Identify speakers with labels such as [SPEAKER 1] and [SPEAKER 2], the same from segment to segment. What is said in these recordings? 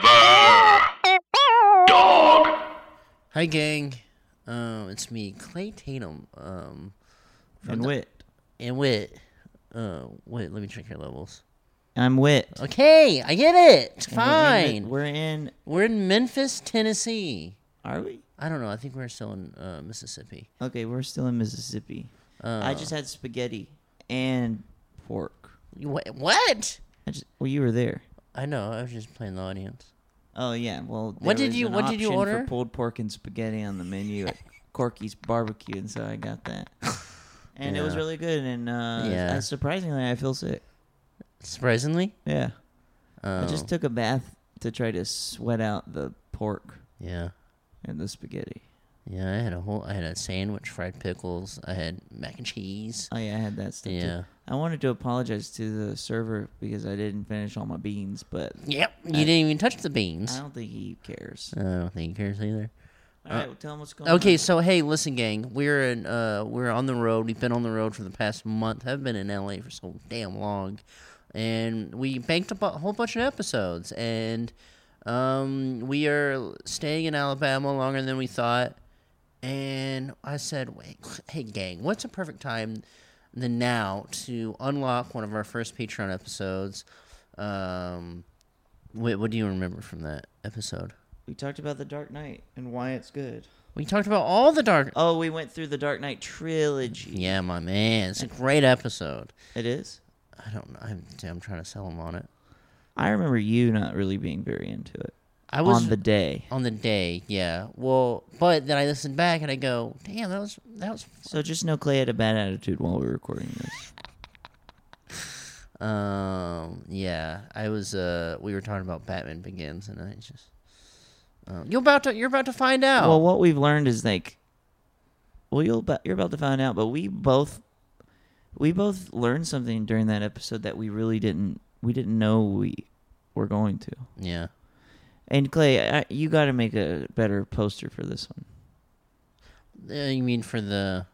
[SPEAKER 1] Forever. Dog.
[SPEAKER 2] Hi, gang. Um, it's me, Clay Tatum. Um,
[SPEAKER 3] And wit.
[SPEAKER 2] and Wit. Uh, wait, let me check your levels.
[SPEAKER 3] I'm wit.
[SPEAKER 2] Okay, I get it. It's
[SPEAKER 3] And we're in-
[SPEAKER 2] fine.
[SPEAKER 3] We're in.
[SPEAKER 2] We're in Memphis, Tennessee.
[SPEAKER 3] Are we?
[SPEAKER 2] I don't know. I think we're still in uh, Mississippi.
[SPEAKER 3] Okay, we're still in Mississippi.
[SPEAKER 2] Uh,
[SPEAKER 3] I just had spaghetti and pork.
[SPEAKER 2] You- wha- What?
[SPEAKER 3] I just. Well, you were there.
[SPEAKER 2] I know. I was just playing the audience.
[SPEAKER 3] Oh yeah. Well,
[SPEAKER 2] What did
[SPEAKER 3] there was
[SPEAKER 2] you-
[SPEAKER 3] an
[SPEAKER 2] what did you
[SPEAKER 3] option
[SPEAKER 2] order?
[SPEAKER 3] For pulled pork and spaghetti on the menu at Corky's Barbecue, and so I got that. And it was
[SPEAKER 2] Yeah.
[SPEAKER 3] really good. And uh,
[SPEAKER 2] Yeah.
[SPEAKER 3] uh, surprisingly, I feel sick.
[SPEAKER 2] Surprisingly,
[SPEAKER 3] Yeah.
[SPEAKER 2] um,
[SPEAKER 3] I just took a bath to try to sweat out the pork
[SPEAKER 2] yeah,
[SPEAKER 3] and the spaghetti.
[SPEAKER 2] yeah. I had a whole. I had a sandwich, fried pickles. I had mac and cheese.
[SPEAKER 3] Oh yeah, I had that stuff. too.
[SPEAKER 2] Yeah.
[SPEAKER 3] I wanted to apologize to the server because I didn't finish all my beans, but
[SPEAKER 2] Yep. You didn't even touch the beans.
[SPEAKER 3] I don't think he cares.
[SPEAKER 2] I don't think he cares either.
[SPEAKER 3] all right, well, tell him what's going
[SPEAKER 2] Uh, Okay,
[SPEAKER 3] on.
[SPEAKER 2] so hey, listen, gang, we're in, uh, we're on the road. We've been on the road for the past month. I've been in LA for so damn long, and we banked up a whole bunch of episodes. And um, we are staying in Alabama longer than we thought. And I said, "Wait, hey, gang, what's a perfect time than now to unlock one of our first Patreon episodes?" Um, wait, what do you remember from that episode?
[SPEAKER 3] we talked about the Dark Knight and why it's good.
[SPEAKER 2] We talked about all the dark
[SPEAKER 3] Oh, we went through the Dark Knight trilogy.
[SPEAKER 2] Yeah, my man. It's a great episode.
[SPEAKER 3] It is.
[SPEAKER 2] I don't know. I'm, I'm trying to sell him on it.
[SPEAKER 3] I remember you not really being very into it
[SPEAKER 2] I was
[SPEAKER 3] on the day.
[SPEAKER 2] on the day. Yeah. Well, but then I listened back and I go, damn, that was that was.
[SPEAKER 3] So just know Clay had a bad attitude while we were recording this.
[SPEAKER 2] Um. Yeah. I was. Uh. We were talking about Batman Begins, and I just. Um, you're about to. You're about to find out.
[SPEAKER 3] Well, what we've learned is like, well, you'll about, you're about to find out, but we both, we both learned something during that episode that we really didn't, we didn't know we were going to.
[SPEAKER 2] yeah.
[SPEAKER 3] And Clay, I, you got to make a better poster for this one.
[SPEAKER 2] Uh, you mean for the?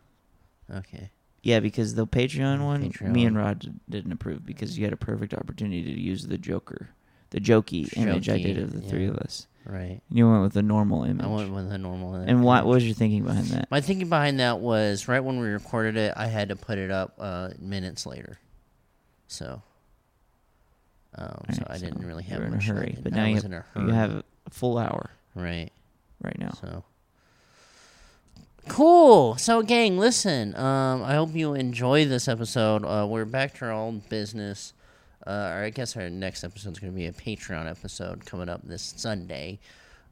[SPEAKER 2] Okay.
[SPEAKER 3] Yeah, because the Patreon one, me
[SPEAKER 2] Patreon.
[SPEAKER 3] and Rod d- didn't approve because you had a perfect opportunity to use the Joker, the jokey image I did
[SPEAKER 2] Jokey,
[SPEAKER 3] of the three
[SPEAKER 2] yeah.
[SPEAKER 3] of us.
[SPEAKER 2] Right.
[SPEAKER 3] And you went with the normal image.
[SPEAKER 2] I went with the normal.
[SPEAKER 3] and what was your thinking behind that?
[SPEAKER 2] My thinking behind that was right when we recorded it, I had to put it up uh, minutes later, so um, so
[SPEAKER 3] Alright,
[SPEAKER 2] I didn't really
[SPEAKER 3] you
[SPEAKER 2] have
[SPEAKER 3] were in a
[SPEAKER 2] much I
[SPEAKER 3] hurry,
[SPEAKER 2] didn't-
[SPEAKER 3] but
[SPEAKER 2] I
[SPEAKER 3] now you
[SPEAKER 2] was
[SPEAKER 3] have,
[SPEAKER 2] in a
[SPEAKER 3] you
[SPEAKER 2] hurry.
[SPEAKER 3] have Oh. a full hour
[SPEAKER 2] right.
[SPEAKER 3] right now.
[SPEAKER 2] So cool. So gang, listen. Um, I hope you enjoy this episode. Uh, we're back to our old business. Uh, or I guess our next episode is going to be a Patreon episode coming up this Sunday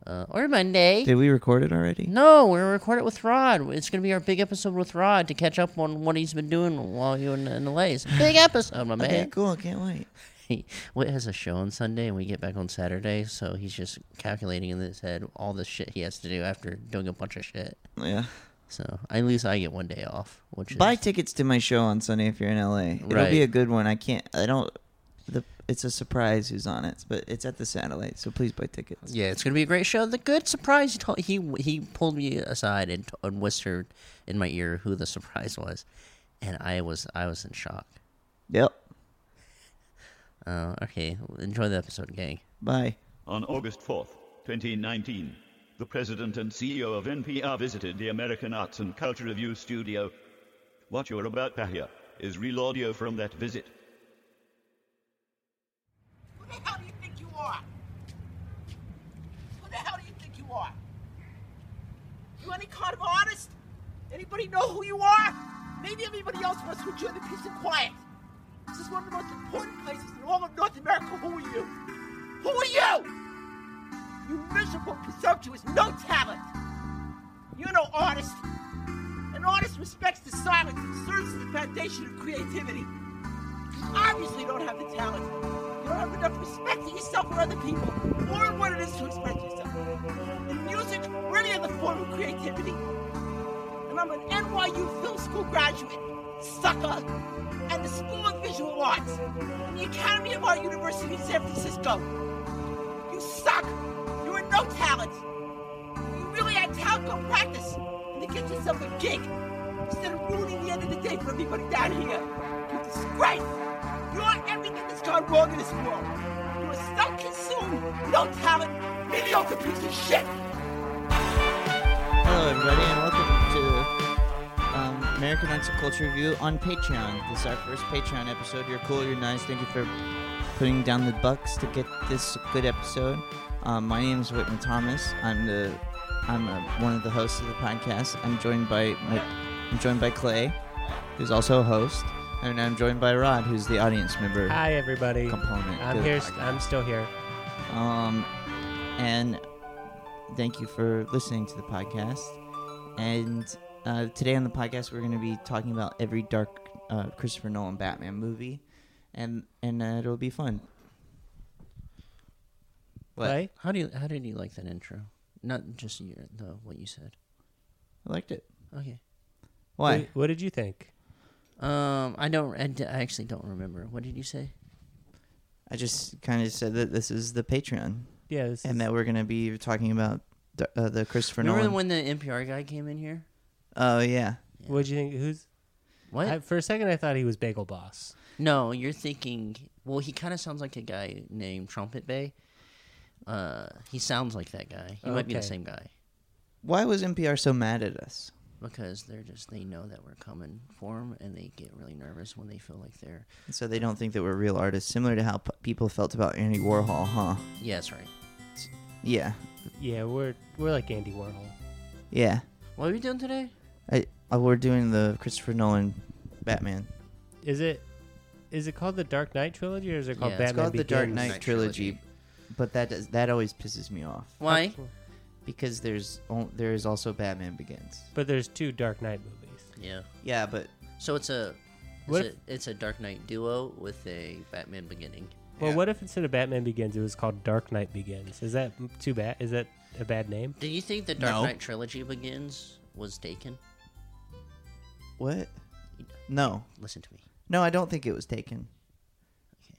[SPEAKER 2] uh, or Monday.
[SPEAKER 3] Did we record it already?
[SPEAKER 2] No, we're gonna record it with Rod. It's gonna be our big episode with Rod to catch up on what he's been doing while you're in, in LA. It's a big episode, my
[SPEAKER 3] Okay,
[SPEAKER 2] man.
[SPEAKER 3] cool. I can't wait.
[SPEAKER 2] He Whit has a show on Sunday, and we get back on Saturday, so he's just calculating in his head all the shit he has to do after doing a bunch of shit.
[SPEAKER 3] Yeah.
[SPEAKER 2] So at least I get one day off, which is
[SPEAKER 3] Buy tickets to my show on Sunday if you're in LA. It'll
[SPEAKER 2] Right.
[SPEAKER 3] be a good one. I can't. I don't. The, it's a surprise who's on it, but it's at the satellite, so please buy tickets.
[SPEAKER 2] yeah, it's gonna be a great show. The good surprise he told, he he pulled me aside and, t- and whispered in my ear who the surprise was, and I was I was in shock.
[SPEAKER 3] Yep.
[SPEAKER 2] Uh, okay, enjoy the episode, gang.
[SPEAKER 3] Bye.
[SPEAKER 1] On August 4th, 2019, the president and CEO of NPR visited the American Arts and Culture Review studio. What you're about to hear is real audio from that visit.
[SPEAKER 4] Who the hell do you think you are? Who the hell do you think you are? You any kind of artist? Anybody know who you are? Maybe everybody else wants to enjoy the peace and quiet. This is one of the most important places in all of North America. Who are you? Who are you? You miserable, presumptuous, no talent. You're no artist. An artist respects the silence and serves as the foundation of creativity obviously don't have the talent. You don't have enough respect for yourself or other people, or what it is to express yourself. In music, we're really in the form of creativity. And I'm an NYU film school graduate, sucker, and the School of Visual Arts, and the Academy of Art University in San Francisco. You suck. You are no talent. If You really had talent, go practice and then get yourself a gig instead of ruining the end of the day for everybody down here. You disgrace! You're everything that's gone wrong in this world. You are so consumed no talent, mediocre piece of shit.
[SPEAKER 3] Hello, everybody, and welcome to um, American Arts and Culture Review on Patreon. This is our first Patreon episode. You're cool, you're nice. Thank you for putting down the bucks to get this good episode. Um, my name is Whitman Thomas. I'm the I'm uh one of the hosts of the podcast. I'm joined by my, I'm joined by Clay, who's also a host, and I'm joined by Rod, who's the audience member.
[SPEAKER 5] Hi, everybody.
[SPEAKER 3] Component to
[SPEAKER 5] I'm
[SPEAKER 3] the
[SPEAKER 5] here.
[SPEAKER 3] podcast.
[SPEAKER 5] I'm still here.
[SPEAKER 3] Um, and thank you for listening to the podcast. And uh, today on the podcast, we're going to be talking about every dark uh, Christopher Nolan Batman movie, and and uh, it'll be fun. What?
[SPEAKER 5] Clay?
[SPEAKER 2] How do you? How did you like that intro? Not just your the what you said.
[SPEAKER 3] I liked it.
[SPEAKER 2] Okay.
[SPEAKER 3] Why?
[SPEAKER 5] What, what did you think?
[SPEAKER 2] Um, I don't. I, d- I actually don't remember. What did you say?
[SPEAKER 3] I just kind of said that this is the Patreon,
[SPEAKER 5] Yeah, this
[SPEAKER 3] and
[SPEAKER 5] is,
[SPEAKER 3] that we're going to be talking about d- uh, the Christopher
[SPEAKER 2] remember
[SPEAKER 3] Nolan.
[SPEAKER 2] when the NPR guy came in here?
[SPEAKER 3] oh yeah.
[SPEAKER 5] what do you think? Who's
[SPEAKER 2] What?
[SPEAKER 5] I, for a second? I thought he was Bagel Boss.
[SPEAKER 2] No, you're thinking. Well, he kind of sounds like a guy named Trumpet Bay. Uh, he sounds like that guy. He might be the
[SPEAKER 5] Okay.
[SPEAKER 2] same guy
[SPEAKER 3] Why was NPR so mad at us?
[SPEAKER 2] because they're just they know that we're coming for him, and they get really nervous when they feel like they're.
[SPEAKER 3] So they don't think that we're real artists, similar to how p- people felt about Andy Warhol, huh?
[SPEAKER 2] Yeah, that's right.
[SPEAKER 3] Yeah,
[SPEAKER 5] Yeah, we're we're like Andy Warhol.
[SPEAKER 3] yeah.
[SPEAKER 2] What are we doing today?
[SPEAKER 3] I, uh, we're doing the Christopher Nolan Batman.
[SPEAKER 5] Is it is it called the Dark Knight trilogy or is it called
[SPEAKER 2] Yeah, it's
[SPEAKER 5] Batman?
[SPEAKER 3] It's called the Dark
[SPEAKER 5] Begins?
[SPEAKER 3] Knight,
[SPEAKER 2] Knight
[SPEAKER 3] trilogy,
[SPEAKER 2] trilogy.
[SPEAKER 3] but that does, that always pisses me off
[SPEAKER 2] Why?
[SPEAKER 3] because there's on- there is also Batman Begins.
[SPEAKER 5] But there's two Dark Knight movies.
[SPEAKER 2] Yeah.
[SPEAKER 3] Yeah, but
[SPEAKER 2] So it's a.
[SPEAKER 5] What
[SPEAKER 2] It's a, it's a Dark Knight duo with a Batman beginning.
[SPEAKER 5] Well,
[SPEAKER 3] Yeah.
[SPEAKER 5] what if instead of Batman Begins, it was called Dark Knight Begins? Is that m- too bad? Is that a bad name?
[SPEAKER 2] Do you think the Dark
[SPEAKER 3] No.
[SPEAKER 2] Knight trilogy begins was taken?
[SPEAKER 3] what? No,
[SPEAKER 2] Listen to me.
[SPEAKER 3] no, I don't think it was taken.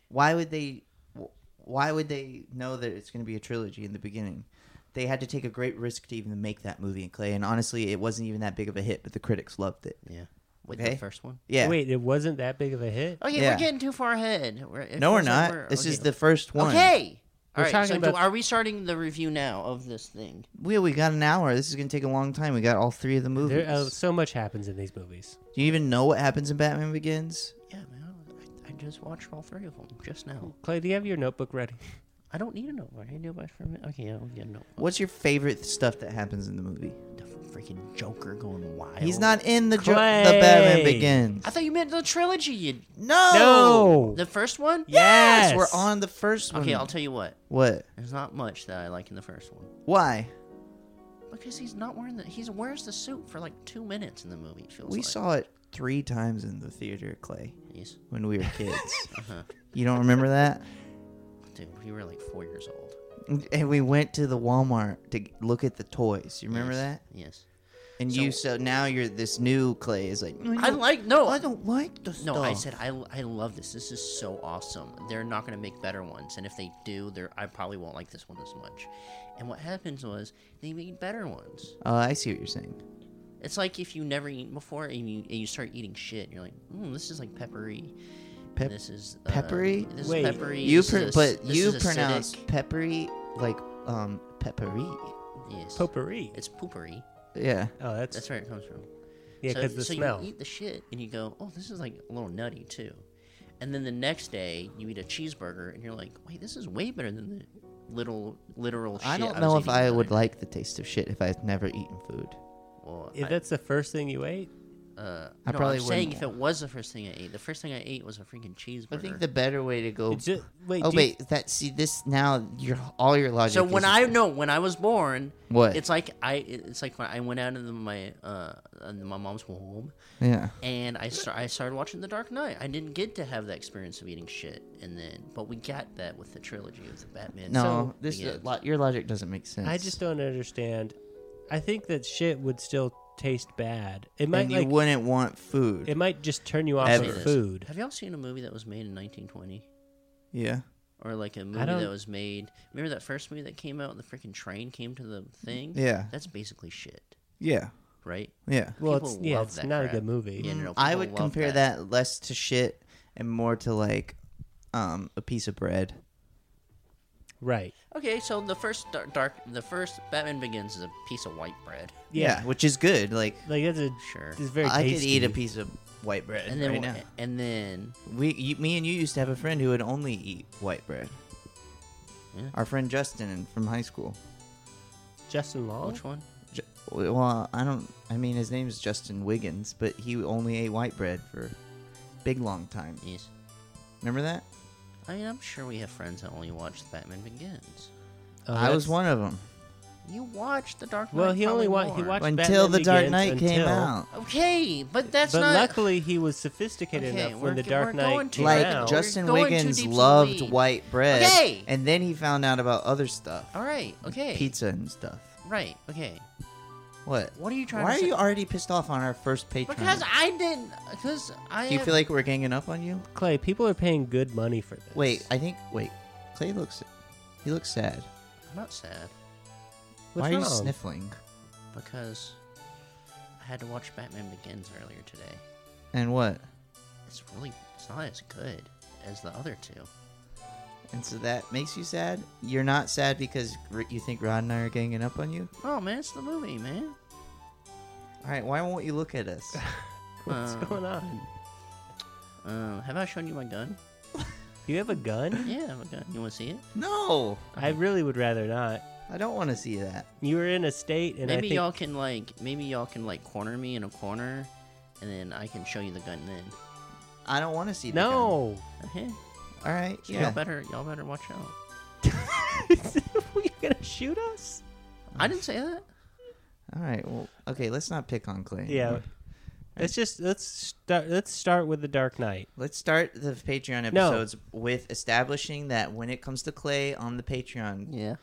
[SPEAKER 3] Why would they? wh- Why would they know that it's going to be a trilogy in the beginning? They had to take a great risk to even make that movie, Clay. And honestly, it wasn't even that big of a hit, but the critics loved it.
[SPEAKER 2] Yeah. With
[SPEAKER 3] Okay.
[SPEAKER 2] the first one.
[SPEAKER 3] Yeah.
[SPEAKER 5] Wait, it wasn't that big of a hit.
[SPEAKER 2] Okay,
[SPEAKER 3] Yeah.
[SPEAKER 2] we're getting too far ahead. We're, it
[SPEAKER 3] No, we're
[SPEAKER 2] feels like
[SPEAKER 3] not. This is
[SPEAKER 2] okay.
[SPEAKER 3] the first one.
[SPEAKER 2] Okay.
[SPEAKER 5] We're
[SPEAKER 2] All right.
[SPEAKER 5] talking
[SPEAKER 2] So,
[SPEAKER 5] about-
[SPEAKER 2] do, are we starting the review now of this thing?
[SPEAKER 3] We, we got an hour. This is going to take a long time. We got all three of the movies.
[SPEAKER 5] There, uh, so much happens in these movies.
[SPEAKER 3] Do you even know what happens in Batman Begins?
[SPEAKER 2] Yeah, man. I, I just watched all three of them just now.
[SPEAKER 5] Clay, do you have your notebook ready?
[SPEAKER 2] I don't need a notebook. I knew about it for a minute. Okay, I'll get a notebook.
[SPEAKER 3] What's your favorite stuff that happens in the movie?
[SPEAKER 2] The freaking Joker going wild.
[SPEAKER 3] He's not in the jo- the
[SPEAKER 5] Clay!
[SPEAKER 3] Batman Begins.
[SPEAKER 2] I thought you meant the trilogy. You.
[SPEAKER 3] no.
[SPEAKER 5] No.
[SPEAKER 2] The first one.
[SPEAKER 5] Yes.
[SPEAKER 3] We're on the first one.
[SPEAKER 2] Okay, I'll tell you what.
[SPEAKER 3] What?
[SPEAKER 2] There's not much that I like in the first one
[SPEAKER 3] Why?
[SPEAKER 2] because he's not wearing the. He's wears the suit for like two minutes in the movie. It feels
[SPEAKER 3] We
[SPEAKER 2] like.
[SPEAKER 3] saw it three times in the theater, Clay,
[SPEAKER 2] He's,
[SPEAKER 3] when we were kids.
[SPEAKER 2] uh-huh.
[SPEAKER 3] you don't remember that?
[SPEAKER 2] Dude, we were like four years old.
[SPEAKER 3] And we went to the Walmart to look at the toys. You remember
[SPEAKER 2] Yes,
[SPEAKER 3] that?
[SPEAKER 2] Yes.
[SPEAKER 3] And you so now you're this new Clay is like
[SPEAKER 2] I like no.
[SPEAKER 3] I don't like the
[SPEAKER 2] No,
[SPEAKER 3] stuff.
[SPEAKER 2] I said I, I love this. This is so awesome. They're not going to make better ones, and if they do, they're I probably won't like this one as much. And what happens was they made better ones.
[SPEAKER 3] Oh, I see what you're saying.
[SPEAKER 2] It's like if you never eat before and you and you start eating shit, and you're like, mm, this is like peppery.
[SPEAKER 3] Pep-
[SPEAKER 2] this is uh,
[SPEAKER 3] peppery?
[SPEAKER 2] This
[SPEAKER 5] Wait.
[SPEAKER 2] is peppery.
[SPEAKER 3] You
[SPEAKER 2] this
[SPEAKER 3] pr-
[SPEAKER 2] is-
[SPEAKER 3] but
[SPEAKER 2] this
[SPEAKER 3] you
[SPEAKER 2] is acidic.
[SPEAKER 3] pronounce peppery like um peppery.
[SPEAKER 2] yes.
[SPEAKER 5] potpourri.
[SPEAKER 2] It's poopery.
[SPEAKER 3] Yeah.
[SPEAKER 5] Oh, that's,
[SPEAKER 2] That's where it comes from.
[SPEAKER 5] yeah,
[SPEAKER 2] So-
[SPEAKER 5] because the
[SPEAKER 2] so
[SPEAKER 5] smell.
[SPEAKER 2] you eat the shit and you go, oh, this is like a little nutty too. And then the next day you eat a cheeseburger and you're like, wait, this is way better than the little literal shit.
[SPEAKER 3] I don't
[SPEAKER 2] was
[SPEAKER 3] know if
[SPEAKER 2] eating
[SPEAKER 3] I
[SPEAKER 2] the
[SPEAKER 3] would
[SPEAKER 2] other
[SPEAKER 3] like the taste of shit if I'd never eaten food.
[SPEAKER 2] day." Well,
[SPEAKER 5] if that's the first thing you ate,
[SPEAKER 2] I, uh,
[SPEAKER 3] I
[SPEAKER 2] no,
[SPEAKER 3] probably
[SPEAKER 2] I'm saying if
[SPEAKER 3] wouldn't.
[SPEAKER 2] it was the first thing I ate, the first thing I ate was a freaking cheeseburger.
[SPEAKER 3] I think the better way to go.
[SPEAKER 5] It's ju- wait,
[SPEAKER 3] oh
[SPEAKER 5] do you-
[SPEAKER 3] wait, that see this now your all your logic.
[SPEAKER 2] so when
[SPEAKER 3] is-
[SPEAKER 2] I know when I was born,
[SPEAKER 3] What?
[SPEAKER 2] it's like I it's like when I went out of the- my uh uh, my mom's womb.
[SPEAKER 3] yeah
[SPEAKER 2] and I, star- I started watching The Dark Knight. I didn't get to have that experience of eating shit, and then but we got that with the trilogy of the Batman.
[SPEAKER 3] no this uh,
[SPEAKER 2] yeah.
[SPEAKER 3] lo- your logic doesn't make sense.
[SPEAKER 5] I just don't understand. I think that shit would still taste bad. It might
[SPEAKER 3] and you
[SPEAKER 5] like
[SPEAKER 3] wouldn't want food.
[SPEAKER 5] it might just turn you off
[SPEAKER 3] Ever.
[SPEAKER 5] of food.
[SPEAKER 2] Have y'all seen a movie that was made in 1920,
[SPEAKER 3] yeah.
[SPEAKER 2] or like a movie
[SPEAKER 5] don't-
[SPEAKER 2] that was made? Remember that first movie that came out? The freaking train came to the thing.
[SPEAKER 3] Yeah.
[SPEAKER 2] that's basically shit,
[SPEAKER 3] Yeah.
[SPEAKER 2] right?
[SPEAKER 3] Yeah.
[SPEAKER 5] Well,
[SPEAKER 2] People
[SPEAKER 5] it's yeah,
[SPEAKER 2] love
[SPEAKER 5] it's
[SPEAKER 2] that
[SPEAKER 5] not
[SPEAKER 2] crap.
[SPEAKER 5] a good movie.
[SPEAKER 2] Yeah, no, no,
[SPEAKER 3] I
[SPEAKER 2] people
[SPEAKER 3] would
[SPEAKER 2] love
[SPEAKER 3] compare that. less to shit and more to like um a piece of bread.
[SPEAKER 5] Right.
[SPEAKER 2] Okay, so the first dar- dark, the first Batman Begins is a piece of white bread.
[SPEAKER 5] Yeah.
[SPEAKER 3] which is good. Like
[SPEAKER 5] Like that's a
[SPEAKER 2] Sure.
[SPEAKER 5] It's very.
[SPEAKER 3] I could eat a
[SPEAKER 5] tasty.
[SPEAKER 3] piece of white bread
[SPEAKER 2] And then,
[SPEAKER 3] right
[SPEAKER 2] wh-
[SPEAKER 3] now.
[SPEAKER 2] and then,
[SPEAKER 3] We, you, me and you used to have a friend who would only eat white bread.
[SPEAKER 2] Yeah.
[SPEAKER 3] Our friend Justin from high school.
[SPEAKER 5] Justin Long.
[SPEAKER 2] which one?
[SPEAKER 3] Ju- Well, I don't. I mean, his name's Justin Wiggins, but he only ate white bread for a big long time.
[SPEAKER 2] Yes.
[SPEAKER 3] Remember that?
[SPEAKER 2] I mean, I'm sure we have friends that only watch Batman Begins.
[SPEAKER 5] Oh,
[SPEAKER 3] I was
[SPEAKER 5] that's-
[SPEAKER 3] one of them
[SPEAKER 2] You watched The Dark Knight.
[SPEAKER 5] Well, he only
[SPEAKER 2] probably
[SPEAKER 5] wa- he
[SPEAKER 2] more.
[SPEAKER 5] watched-
[SPEAKER 3] until
[SPEAKER 5] Batman
[SPEAKER 3] the Dark
[SPEAKER 5] Begins
[SPEAKER 3] Knight came
[SPEAKER 5] until-
[SPEAKER 3] out.
[SPEAKER 2] Okay, but that's
[SPEAKER 5] but
[SPEAKER 2] not.
[SPEAKER 5] luckily, he was sophisticated
[SPEAKER 2] Okay,
[SPEAKER 5] enough
[SPEAKER 2] we're
[SPEAKER 5] when the
[SPEAKER 2] g- we're
[SPEAKER 5] Dark
[SPEAKER 2] going
[SPEAKER 5] Knight
[SPEAKER 2] too
[SPEAKER 5] came
[SPEAKER 3] Like
[SPEAKER 2] Wow.
[SPEAKER 5] out.
[SPEAKER 3] Justin
[SPEAKER 2] We're going too
[SPEAKER 3] Wiggins
[SPEAKER 2] deep to the
[SPEAKER 3] loved
[SPEAKER 2] weeds.
[SPEAKER 3] white bread,
[SPEAKER 2] Okay.
[SPEAKER 3] and then he found out about other stuff,
[SPEAKER 2] All right. Okay.
[SPEAKER 3] pizza and stuff.
[SPEAKER 2] Right. Okay.
[SPEAKER 3] What?
[SPEAKER 2] What are you trying
[SPEAKER 3] Why
[SPEAKER 2] to
[SPEAKER 3] are
[SPEAKER 2] say?
[SPEAKER 3] you already pissed off on our first Patreon?
[SPEAKER 2] Because I didn't. Because I.
[SPEAKER 3] Do you
[SPEAKER 2] have-
[SPEAKER 3] feel like we're ganging up on you?
[SPEAKER 5] Clay, people are paying good money for this.
[SPEAKER 3] Wait, I think. Wait, Clay looks. He looks sad.
[SPEAKER 2] I'm not sad
[SPEAKER 5] What's
[SPEAKER 3] Why are you
[SPEAKER 5] wrong?
[SPEAKER 3] sniffling?
[SPEAKER 2] because I had to watch Batman Begins earlier today.
[SPEAKER 3] And what?
[SPEAKER 2] It's really. It's not as good as the other two.
[SPEAKER 3] And so that makes you sad. You're not sad because r- you think Rod and I are ganging up on you.
[SPEAKER 2] Oh man, it's the movie, man.
[SPEAKER 3] All right, why won't you look at us?
[SPEAKER 5] What's
[SPEAKER 2] Uh,
[SPEAKER 5] going on?
[SPEAKER 2] Um, have I shown you my gun?
[SPEAKER 5] Do you have a gun?
[SPEAKER 2] Yeah, I have a gun. You want to see it?
[SPEAKER 3] no,
[SPEAKER 5] I really would rather not.
[SPEAKER 3] I don't want to see that.
[SPEAKER 5] You were in a state, and I
[SPEAKER 2] maybe
[SPEAKER 5] think
[SPEAKER 2] y'all can like. Maybe y'all can like corner me in a corner, and then I can show you the gun then.
[SPEAKER 3] I don't want to see. the gun.
[SPEAKER 5] no.
[SPEAKER 2] Okay.
[SPEAKER 3] All right.
[SPEAKER 2] So
[SPEAKER 3] Yeah.
[SPEAKER 2] Y'all better. Y'all better watch out.
[SPEAKER 5] You're gonna shoot us?
[SPEAKER 2] I didn't say that.
[SPEAKER 3] All right. Well, okay. Let's not pick on Clay.
[SPEAKER 5] Yeah.
[SPEAKER 3] anymore.
[SPEAKER 5] Let's just let's start. Let's start with the Dark Knight.
[SPEAKER 3] Let's start the Patreon
[SPEAKER 5] No.
[SPEAKER 3] episodes with establishing that when it comes to Clay on the Patreon,
[SPEAKER 2] Yeah.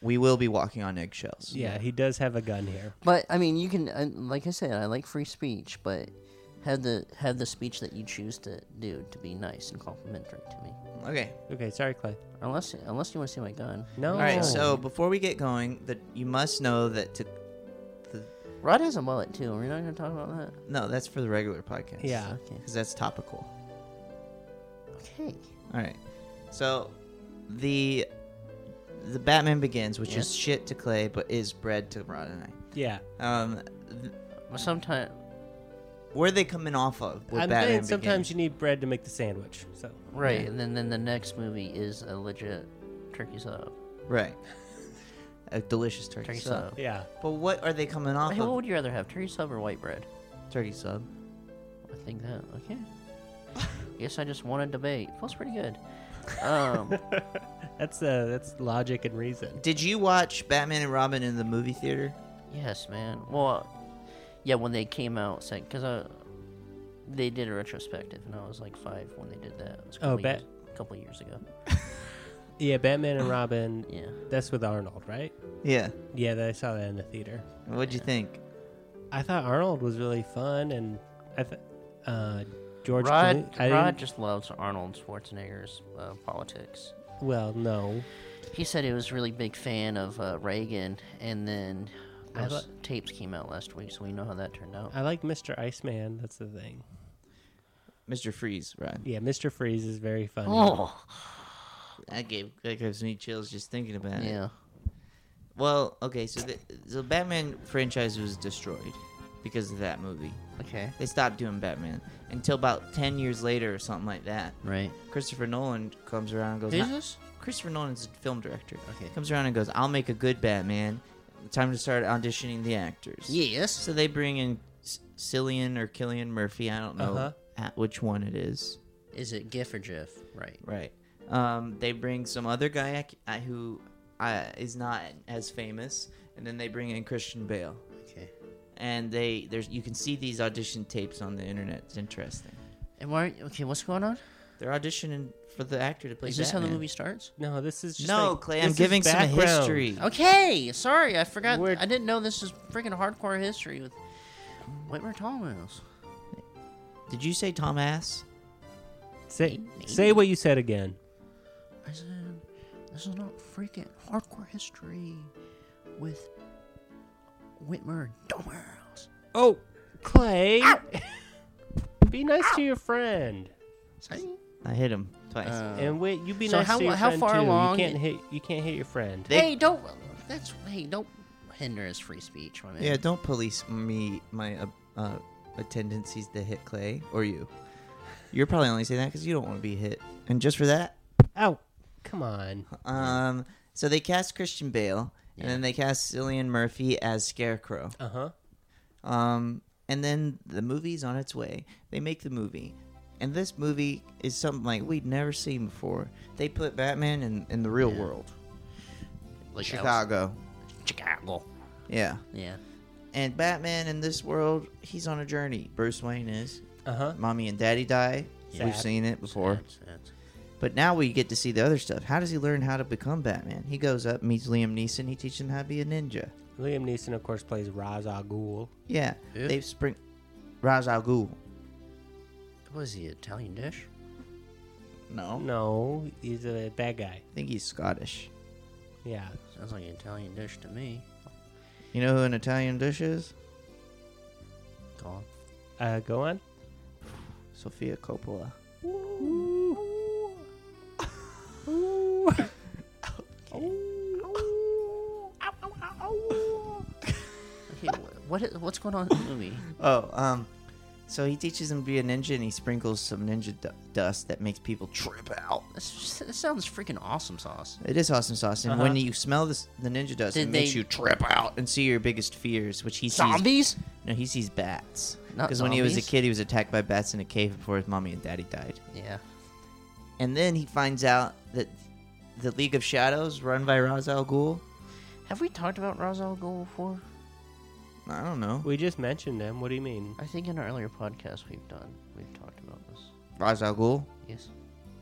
[SPEAKER 3] we will be walking on eggshells.
[SPEAKER 5] Yeah, he does have a gun here.
[SPEAKER 2] But I mean, you can, I- like I said, I like free speech, but have the have the speech that you choose to do to be nice and complimentary to me.
[SPEAKER 3] Okay.
[SPEAKER 5] Okay, sorry, Clay.
[SPEAKER 2] Unless unless you want to see my gun.
[SPEAKER 5] No.
[SPEAKER 3] All right.
[SPEAKER 5] Oh.
[SPEAKER 3] So before we get going, that you must know that to
[SPEAKER 2] Rod has a mullet too. Are we not gonna talk about that?
[SPEAKER 3] no, that's for the regular podcast.
[SPEAKER 5] Yeah.
[SPEAKER 2] Okay.
[SPEAKER 3] because that's topical.
[SPEAKER 2] Okay.
[SPEAKER 3] All right. So the the Batman Begins, which is shit to Clay, but is bread to Rod and
[SPEAKER 5] Yeah.
[SPEAKER 3] I. Um, th-
[SPEAKER 2] Well, sometime.
[SPEAKER 3] where are they coming off of with
[SPEAKER 5] I'm
[SPEAKER 3] Batman
[SPEAKER 5] saying sometimes
[SPEAKER 3] Begins?
[SPEAKER 5] you need bread to make the sandwich. So
[SPEAKER 2] Right, and then, then the next movie is a legit turkey sub.
[SPEAKER 3] right. A delicious turkey,
[SPEAKER 2] Turkey
[SPEAKER 3] sub.
[SPEAKER 2] sub.
[SPEAKER 5] yeah.
[SPEAKER 3] But what are they coming off
[SPEAKER 2] Hey,
[SPEAKER 3] of?
[SPEAKER 2] what would you rather have, turkey sub or white bread?
[SPEAKER 3] Turkey sub.
[SPEAKER 2] I think that. Okay. Guess I just want to debate. Feels pretty good. Um,
[SPEAKER 5] That's uh that's logic and reason.
[SPEAKER 3] Did you watch Batman and Robin in the movie theater?
[SPEAKER 2] Yes, man. Well, yeah, when they came out, because I they did a retrospective, and I was like five when they did that. It was a couple
[SPEAKER 5] Oh, bet.
[SPEAKER 2] years, couple years ago.
[SPEAKER 5] Yeah, Batman and Robin.
[SPEAKER 2] Yeah,
[SPEAKER 5] That's with Arnold, right?
[SPEAKER 3] Yeah.
[SPEAKER 5] Yeah, that I saw that in the theater.
[SPEAKER 3] What'd you think?
[SPEAKER 5] I thought Arnold was really fun, and I th- uh, George.
[SPEAKER 2] Rod,
[SPEAKER 5] Clooney- I
[SPEAKER 2] Rod
[SPEAKER 5] didn't-
[SPEAKER 2] just loves Arnold Schwarzenegger's uh, politics.
[SPEAKER 5] well, no.
[SPEAKER 2] He said he was a really big fan of uh, Reagan, and then
[SPEAKER 5] I
[SPEAKER 2] those tapes came out last week, so we know how that turned out.
[SPEAKER 5] I like Mr. Iceman. That's the thing.
[SPEAKER 3] Mr. Freeze, Rod.
[SPEAKER 5] Yeah, Mr. Freeze is very funny.
[SPEAKER 2] oh,
[SPEAKER 3] That gave that gives me chills just thinking about it.
[SPEAKER 2] yeah.
[SPEAKER 3] Well, okay, so the the Batman franchise was destroyed because of that movie.
[SPEAKER 2] Okay.
[SPEAKER 3] They stopped doing Batman until about ten years later or something like that.
[SPEAKER 2] Right.
[SPEAKER 3] Christopher Nolan comes around and goes.
[SPEAKER 2] Who's
[SPEAKER 3] "Nah."
[SPEAKER 2] this?
[SPEAKER 3] Christopher Nolan's a film director.
[SPEAKER 2] Okay.
[SPEAKER 3] Comes around and goes, "I'll make a good Batman." Time to start auditioning the actors.
[SPEAKER 2] Yes.
[SPEAKER 3] So they bring in S- Cillian or Killian Murphy. I don't know
[SPEAKER 5] Uh-huh.
[SPEAKER 3] at which one it is.
[SPEAKER 2] Is it GIF or GIF? Right.
[SPEAKER 3] Right. Um, they bring some other guy I c- I- who uh, is not as famous, and then they bring in Christian Bale.
[SPEAKER 2] Okay.
[SPEAKER 3] And they there's you can see these audition tapes on the internet. It's interesting.
[SPEAKER 2] And why? Okay, what's going on?
[SPEAKER 3] They're auditioning for the actor to play.
[SPEAKER 2] Is this how the
[SPEAKER 3] Batman.
[SPEAKER 2] movie starts?
[SPEAKER 5] No, this is just
[SPEAKER 3] No,
[SPEAKER 5] like-
[SPEAKER 3] Clay.
[SPEAKER 5] this
[SPEAKER 3] I'm
[SPEAKER 5] is
[SPEAKER 3] giving some
[SPEAKER 5] background.
[SPEAKER 3] history.
[SPEAKER 2] Oh. Okay, sorry, I forgot.
[SPEAKER 5] We're-
[SPEAKER 2] I didn't know this is freaking hardcore history with Whitmer Thomas.
[SPEAKER 3] Did you say Tom Ass?
[SPEAKER 5] Say, say what you said again.
[SPEAKER 2] I said, this is not freaking hardcore history with Whitmer Thomas.
[SPEAKER 5] Oh, Clay. Be nice to your friend.
[SPEAKER 2] See?
[SPEAKER 3] I hit him. Twice.
[SPEAKER 2] Uh,
[SPEAKER 5] and wait, you be
[SPEAKER 2] so
[SPEAKER 5] nice
[SPEAKER 2] how-
[SPEAKER 5] to your
[SPEAKER 2] how
[SPEAKER 5] friend
[SPEAKER 2] far
[SPEAKER 5] too.
[SPEAKER 2] along-
[SPEAKER 5] You can't hit. You can't hit your friend.
[SPEAKER 3] They-
[SPEAKER 2] hey, don't. That's hey, don't hinder his free speech, my man.
[SPEAKER 3] yeah, don't police me, my uh, uh, uh, tendencies to hit Clay or you. You're probably only saying that because you don't want to be hit. And just for that,
[SPEAKER 5] oh, come on.
[SPEAKER 3] um, so they cast Christian Bale, and then they cast Cillian Murphy as Scarecrow.
[SPEAKER 5] Uh huh.
[SPEAKER 3] Um, and then the movie's on its way. They make the movie. And this movie is something like we'd never seen before. They put Batman in, in the real world.
[SPEAKER 2] like
[SPEAKER 3] Chicago.
[SPEAKER 2] Alex- Chicago.
[SPEAKER 3] Yeah.
[SPEAKER 2] Yeah.
[SPEAKER 3] And Batman in this world, he's on a journey. Bruce Wayne is.
[SPEAKER 5] Uh huh.
[SPEAKER 3] Mommy and daddy die. We've
[SPEAKER 5] Sad.
[SPEAKER 3] seen it before.
[SPEAKER 2] That's- that's-
[SPEAKER 3] But now we get to see the other stuff. How does he learn how to become Batman? He goes up, meets Liam Neeson, he teaches him how to be a ninja.
[SPEAKER 5] Liam Neeson, of course, plays Ra's al Ghul.
[SPEAKER 3] Yeah.
[SPEAKER 2] Yeah.
[SPEAKER 3] They've spring Ra's al Ghul.
[SPEAKER 2] What is he Italian dish?
[SPEAKER 3] No.
[SPEAKER 5] No, he's a bad guy.
[SPEAKER 3] I think he's Scottish.
[SPEAKER 5] Yeah.
[SPEAKER 2] Sounds like an Italian dish to me.
[SPEAKER 3] You know who an Italian dish is?
[SPEAKER 2] Gone.
[SPEAKER 5] Uh, go on.
[SPEAKER 3] Sophia Coppola.
[SPEAKER 2] Okay, wh- what is, what's going on in the movie?
[SPEAKER 3] Oh, um, so he teaches him to be a ninja, and he sprinkles some ninja d- dust that makes people trip out.
[SPEAKER 2] This, just- this sounds freaking awesome sauce.
[SPEAKER 3] It is awesome sauce, and when you smell this, the ninja dust,
[SPEAKER 2] Did
[SPEAKER 3] it makes
[SPEAKER 2] they-
[SPEAKER 3] you trip out and see your biggest fears, which he sees.
[SPEAKER 2] Zombies?
[SPEAKER 3] No, he sees bats.
[SPEAKER 2] Not
[SPEAKER 3] Because when he was a
[SPEAKER 2] zombies?
[SPEAKER 3] kid, he was attacked by bats in a cave before his mommy and daddy died.
[SPEAKER 2] Yeah.
[SPEAKER 3] And then he finds out that the League of Shadows, run by Ra's al Ghul,
[SPEAKER 2] Have we talked about Ra's al Ghul before?
[SPEAKER 3] I don't know.
[SPEAKER 5] We just mentioned him. What do you mean?
[SPEAKER 2] I think in our earlier podcast we've done we've talked about this.
[SPEAKER 3] Ra's al Ghul,
[SPEAKER 2] Yes.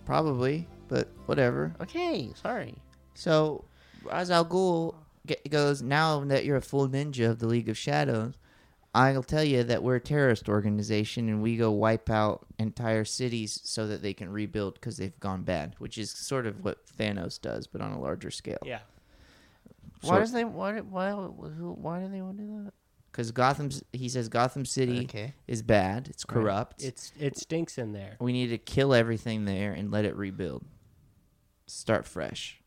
[SPEAKER 3] probably, but whatever.
[SPEAKER 2] Okay. Sorry.
[SPEAKER 3] So Ra's al Ghul ge- goes, Now that you're a full ninja of the League of Shadows, I'll tell you that we're a terrorist organization and we go wipe out entire cities so that they can rebuild because they've gone bad, which is sort of what Thanos does, but on a larger scale.
[SPEAKER 5] Yeah.
[SPEAKER 2] why
[SPEAKER 3] So-
[SPEAKER 2] does they why do- why who, why do they want to do that?
[SPEAKER 3] Because Gotham, he says Gotham City
[SPEAKER 2] Okay.
[SPEAKER 3] is bad, it's corrupt.
[SPEAKER 5] It's it stinks in there.
[SPEAKER 3] we need to kill everything there and let it rebuild. Start fresh.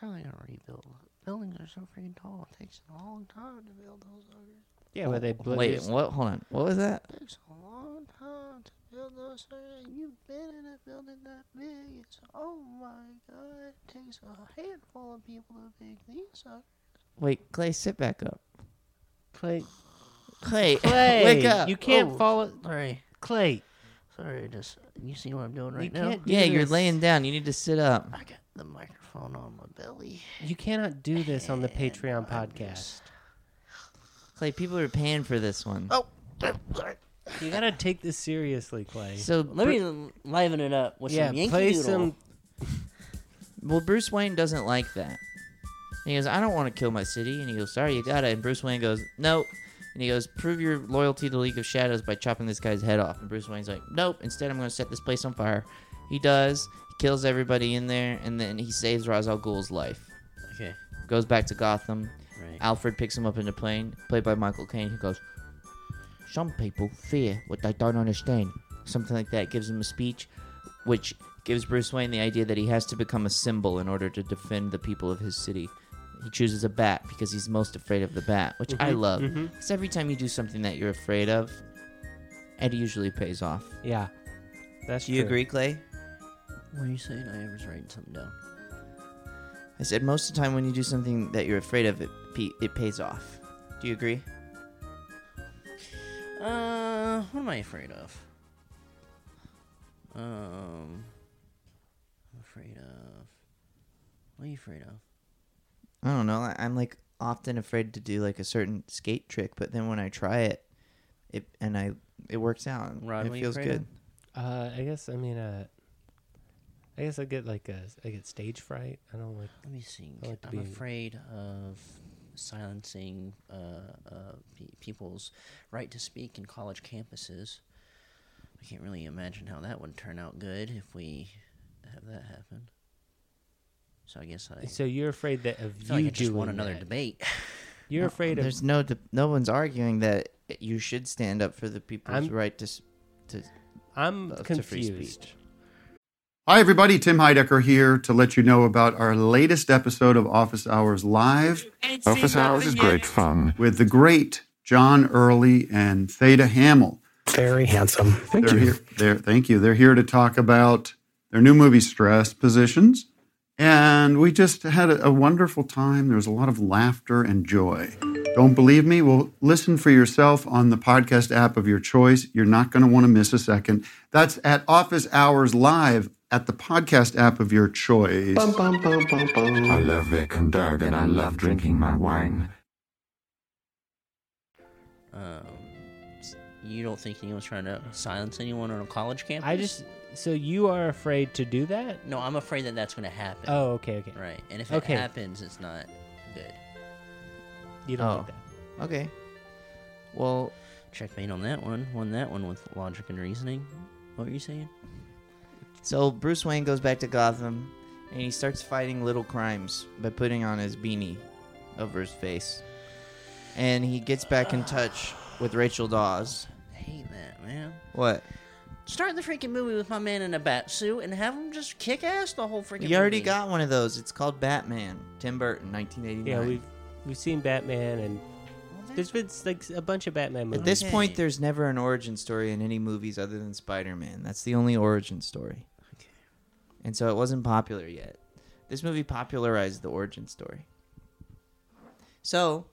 [SPEAKER 2] How are they gonna rebuild? Buildings are so freaking tall. It takes a long time to build those suckers.
[SPEAKER 5] Yeah, where they bl-
[SPEAKER 3] Wait,
[SPEAKER 5] just-
[SPEAKER 3] what? Hold on. What was that?
[SPEAKER 2] It takes a long time to build those suckers. You've been in a building that big. It's oh my god. It takes a handful of people to make these suckers.
[SPEAKER 3] Wait, Clay, sit back up.
[SPEAKER 5] Clay.
[SPEAKER 3] Clay,
[SPEAKER 5] Clay,
[SPEAKER 3] wake up.
[SPEAKER 5] You can't
[SPEAKER 2] Oh.
[SPEAKER 5] follow
[SPEAKER 2] Sorry.
[SPEAKER 5] Clay.
[SPEAKER 2] Sorry, just you see what I'm doing right now?
[SPEAKER 5] can't-
[SPEAKER 3] Yeah,
[SPEAKER 5] do
[SPEAKER 3] you're
[SPEAKER 5] this.
[SPEAKER 3] laying down. You need to sit up.
[SPEAKER 2] I got the microphone on my belly.
[SPEAKER 5] You cannot do this on the Patreon podcast.
[SPEAKER 3] Clay, people are paying for this one.
[SPEAKER 2] Oh, sorry.
[SPEAKER 5] You gotta take this seriously, Clay.
[SPEAKER 3] So
[SPEAKER 2] Let
[SPEAKER 3] Bru-
[SPEAKER 2] me liven it up with
[SPEAKER 5] yeah,
[SPEAKER 2] some Yankee
[SPEAKER 5] play
[SPEAKER 2] Doodle.
[SPEAKER 5] some.
[SPEAKER 3] well, Bruce Wayne doesn't like that. And he goes, I don't want to kill my city. And he goes, Sorry, you gotta. And Bruce Wayne goes, Nope. And he goes, Prove your loyalty to the League of Shadows by chopping this guy's head off. And Bruce Wayne's like, Nope. Instead, I'm gonna set this place on fire. He does. He kills everybody in there, and then he saves Ra's al Ghul's life.
[SPEAKER 2] Okay.
[SPEAKER 3] Goes back to Gotham.
[SPEAKER 2] Right.
[SPEAKER 3] Alfred picks him up in the plane, played by Michael Caine, who goes, Some people fear what they don't understand. Something like that gives him a speech, which gives Bruce Wayne the idea that he has to become a symbol in order to defend the people of his city. He chooses a bat because he's most afraid of the bat, which I love. Because every time you do something that you're afraid of, it usually pays off.
[SPEAKER 5] Yeah, that's.
[SPEAKER 3] Do you
[SPEAKER 5] true.
[SPEAKER 3] agree, Clay?
[SPEAKER 2] What are you saying? I was writing something down.
[SPEAKER 3] I said most of the time when you do something that you're afraid of, it, pe- it pays off. Do you agree?
[SPEAKER 2] Uh, what am I afraid of? Um, I'm afraid of. What are you afraid of?
[SPEAKER 3] I don't know. I- I'm like often afraid to do like a certain skate trick, but then when I try it, it and I it works out. and
[SPEAKER 2] Rod, what are
[SPEAKER 3] it
[SPEAKER 2] you
[SPEAKER 3] feels
[SPEAKER 2] afraid
[SPEAKER 3] good.
[SPEAKER 2] of?
[SPEAKER 5] Uh, I guess I mean uh, I guess I get like a I get stage fright. I don't like.
[SPEAKER 2] Let me think.
[SPEAKER 5] I like to
[SPEAKER 2] I'm
[SPEAKER 5] be-
[SPEAKER 2] afraid of silencing uh, uh, pe- people's right to speak in college campuses. I can't really imagine how that would turn out good if we have that happen. So I guess I,
[SPEAKER 5] So you're afraid that
[SPEAKER 2] I
[SPEAKER 5] of you
[SPEAKER 2] feel like I just
[SPEAKER 5] doing
[SPEAKER 2] want another
[SPEAKER 5] that.
[SPEAKER 2] debate.
[SPEAKER 5] You're afraid of.
[SPEAKER 3] There's no de- no one's arguing that you should stand up for the people's
[SPEAKER 5] I'm-
[SPEAKER 3] right to s- to
[SPEAKER 5] I'm
[SPEAKER 3] uh, to free
[SPEAKER 5] confused.
[SPEAKER 3] speech.
[SPEAKER 6] Hi, everybody. Tim Heidecker here to let you know about our latest episode of Office Hours Live
[SPEAKER 7] Office hours is great fun.
[SPEAKER 6] with the great John Early and Theta Hamill.
[SPEAKER 8] Very handsome. Thank
[SPEAKER 6] They're
[SPEAKER 8] you.
[SPEAKER 6] here. They're, thank you. They're here to talk about their new movie, Stress Positions. And we just had a, a wonderful time. There was a lot of laughter and joy. Don't believe me? Well, listen for yourself on the podcast app of your choice. You're not going to want to miss a second. That's at Office Hours Live at the podcast app of your choice.
[SPEAKER 8] Bum, bum, bum, bum, bum.
[SPEAKER 7] I love Vic and Doug, and I love drinking my wine.
[SPEAKER 2] Um, s- you don't think anyone's trying to silence anyone on a college campus?
[SPEAKER 5] I just so you are afraid to do that?
[SPEAKER 2] no. I'm afraid that that's going to happen.
[SPEAKER 5] Oh, okay, okay.
[SPEAKER 2] right. And if
[SPEAKER 5] Okay.
[SPEAKER 2] it happens, it's not good.
[SPEAKER 5] You don't
[SPEAKER 3] Oh.
[SPEAKER 5] like that.
[SPEAKER 3] Okay. Well,
[SPEAKER 2] Checkmate on that one. Won that one with logic and reasoning. What were you saying?
[SPEAKER 3] so Bruce Wayne goes back to Gotham and he starts fighting little crimes by putting on his beanie over his face. And he gets back in touch with Rachel Dawes.
[SPEAKER 2] I hate that, man.
[SPEAKER 3] What?
[SPEAKER 2] Start the freaking movie with my man in a bat suit and have him just kick ass the whole freaking.
[SPEAKER 3] You already
[SPEAKER 2] movie.
[SPEAKER 3] got one of those. It's called Batman. Tim Burton, 1989.
[SPEAKER 5] Yeah, we've we've seen Batman and there's been like a bunch of Batman movies.
[SPEAKER 3] At this
[SPEAKER 2] Okay.
[SPEAKER 3] point, there's never an origin story in any movies other than Spider Man. That's the only origin story.
[SPEAKER 2] Okay.
[SPEAKER 3] And so it wasn't popular yet. This movie popularized the origin story. So,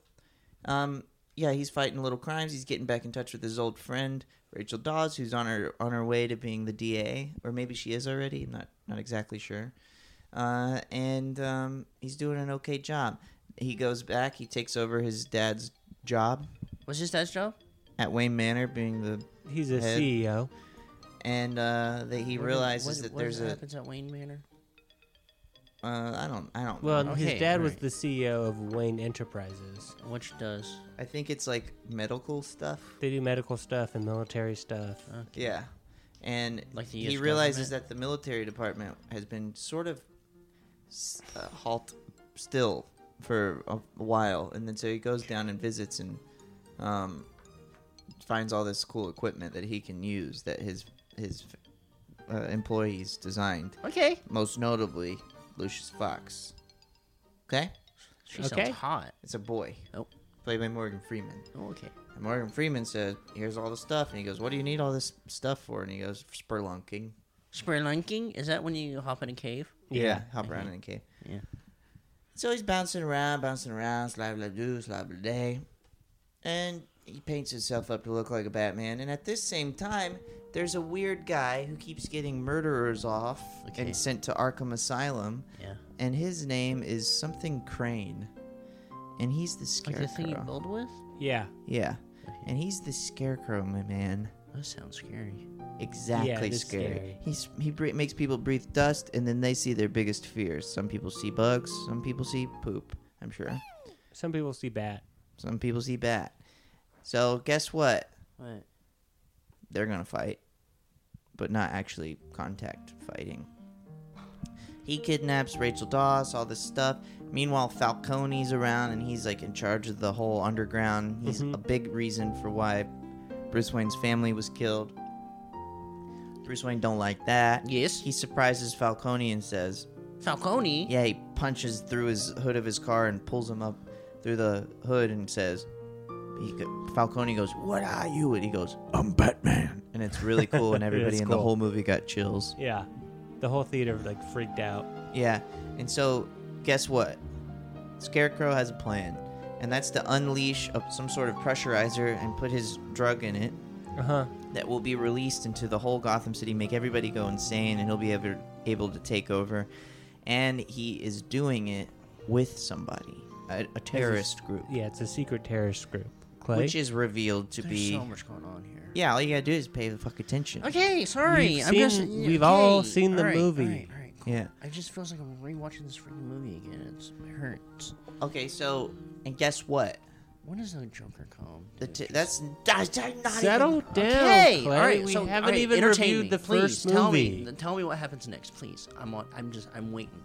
[SPEAKER 3] um, yeah, he's fighting little crimes. He's getting back in touch with his old friend Rachel Dawes, who's on her on her way to being the DA, or maybe she is already. I'm not not exactly sure. Uh, and um, he's doing an okay job. He goes back. He takes over his dad's job
[SPEAKER 2] What's his dad's job?
[SPEAKER 3] at Wayne Manor, being the
[SPEAKER 5] He's a E
[SPEAKER 3] Head.
[SPEAKER 5] CEO.
[SPEAKER 3] and uh, that he
[SPEAKER 2] What-
[SPEAKER 3] realizes
[SPEAKER 2] what-
[SPEAKER 3] that
[SPEAKER 2] what
[SPEAKER 3] there's a
[SPEAKER 2] happens at Wayne Manor.
[SPEAKER 3] uh, I don't I don't
[SPEAKER 5] Well,
[SPEAKER 3] know.
[SPEAKER 2] Okay,
[SPEAKER 5] his dad was
[SPEAKER 2] right.
[SPEAKER 5] the CEO of Wayne Enterprises.
[SPEAKER 2] Which does
[SPEAKER 3] I think it's like medical stuff.
[SPEAKER 5] They do medical stuff and military stuff.
[SPEAKER 2] Uh,
[SPEAKER 3] Yeah. And
[SPEAKER 2] Like the
[SPEAKER 3] he
[SPEAKER 2] US
[SPEAKER 3] realizes
[SPEAKER 2] government?
[SPEAKER 3] that the military department has been sort of s- uh, halt still for a while. And then so he goes down and visits and um, finds all this cool equipment that he can use that his his uh, employees designed,
[SPEAKER 2] okay.
[SPEAKER 3] most notably Lucius Fox. Okay?
[SPEAKER 2] She
[SPEAKER 5] Okay.
[SPEAKER 2] sounds hot.
[SPEAKER 3] It's a boy.
[SPEAKER 2] Oh.
[SPEAKER 3] Played by Morgan Freeman.
[SPEAKER 2] Oh, okay.
[SPEAKER 3] And Morgan Freeman says, "Here's all the stuff." And he goes, "What do you need all this stuff for?" And he goes, "Spurlunking."
[SPEAKER 2] Spelunking is that when you hop in a cave?
[SPEAKER 3] Yeah, hop around in the cave.
[SPEAKER 2] Yeah.
[SPEAKER 3] So he's bouncing around, bouncing around, slab la doo, slab la day, and he paints himself up to look like a Batman. And at this same time, there's a weird guy who keeps getting murderers off
[SPEAKER 2] Okay.
[SPEAKER 3] and sent to Arkham Asylum,
[SPEAKER 2] Yeah.
[SPEAKER 3] and his name is something Crane, and he's
[SPEAKER 5] Oh,
[SPEAKER 3] the
[SPEAKER 2] Like
[SPEAKER 3] scarecrow.
[SPEAKER 2] the thing you build with?
[SPEAKER 5] Yeah.
[SPEAKER 3] yeah, and he's the scarecrow, my man.
[SPEAKER 2] That sounds scary.
[SPEAKER 3] exactly
[SPEAKER 5] it is
[SPEAKER 3] scary.
[SPEAKER 5] scary.
[SPEAKER 3] He's he bre- makes people breathe dust, and then they see their biggest fears. Some people see bugs. Some people see poop. I'm sure.
[SPEAKER 5] Some people see bat.
[SPEAKER 3] Some people see bat. So guess what?
[SPEAKER 2] What?
[SPEAKER 3] They're gonna fight, but not actually contact fighting. He kidnaps Rachel Dawes, all this stuff. Meanwhile, Falcone's around and he's like in charge of the whole underground. He's a big reason for why Bruce Wayne's family was killed. Bruce Wayne don't like that.
[SPEAKER 2] Yes.
[SPEAKER 3] He surprises Falcone and says,
[SPEAKER 2] Falcone.
[SPEAKER 3] "Yeah." He punches through his hood of his car and pulls him up through the hood and says, he go- "Falcone goes, what are you?" And he goes, "I'm Batman." And it's really cool, and everybody
[SPEAKER 5] is
[SPEAKER 3] in the
[SPEAKER 5] cool.
[SPEAKER 3] whole movie got chills.
[SPEAKER 5] Yeah. The whole theater like freaked out.
[SPEAKER 3] Yeah, and so guess what? Scarecrow has a plan, and that's to unleash a, some sort of pressurizer and put his drug in it
[SPEAKER 5] Uh huh.
[SPEAKER 2] Uh-huh.
[SPEAKER 3] that will be released into the whole Gotham City, make everybody go insane, and he'll be able, able to take over. And he is doing it with somebody, a, a terrorist group,
[SPEAKER 5] Yeah, it's a secret terrorist group. Clay.
[SPEAKER 3] which is revealed to
[SPEAKER 2] There's
[SPEAKER 3] be.
[SPEAKER 2] so much going on here.
[SPEAKER 3] yeah, all you gotta do is pay the fuck attention.
[SPEAKER 2] Okay, sorry.
[SPEAKER 5] You've
[SPEAKER 2] I'm just.
[SPEAKER 5] seen- we've all
[SPEAKER 2] okay,
[SPEAKER 5] seen the
[SPEAKER 2] alright,
[SPEAKER 5] movie.
[SPEAKER 2] alright, alright, cool.
[SPEAKER 3] Yeah.
[SPEAKER 2] It just feels like I'm rewatching this freaking movie again. It's, it hurts.
[SPEAKER 3] Okay, so and guess what?
[SPEAKER 2] When is the Joker come?
[SPEAKER 3] The t- that's that's not
[SPEAKER 5] Settle
[SPEAKER 3] even,
[SPEAKER 5] down,
[SPEAKER 2] Okay,
[SPEAKER 5] Clay.
[SPEAKER 2] all right.
[SPEAKER 5] we
[SPEAKER 2] so, all
[SPEAKER 5] haven't
[SPEAKER 2] right,
[SPEAKER 5] even
[SPEAKER 2] entertain
[SPEAKER 5] reviewed
[SPEAKER 2] me.
[SPEAKER 5] the
[SPEAKER 2] please,
[SPEAKER 5] first
[SPEAKER 2] tell
[SPEAKER 5] movie.
[SPEAKER 2] Me, tell me what happens next, please. I'm on. I'm just. I'm waiting.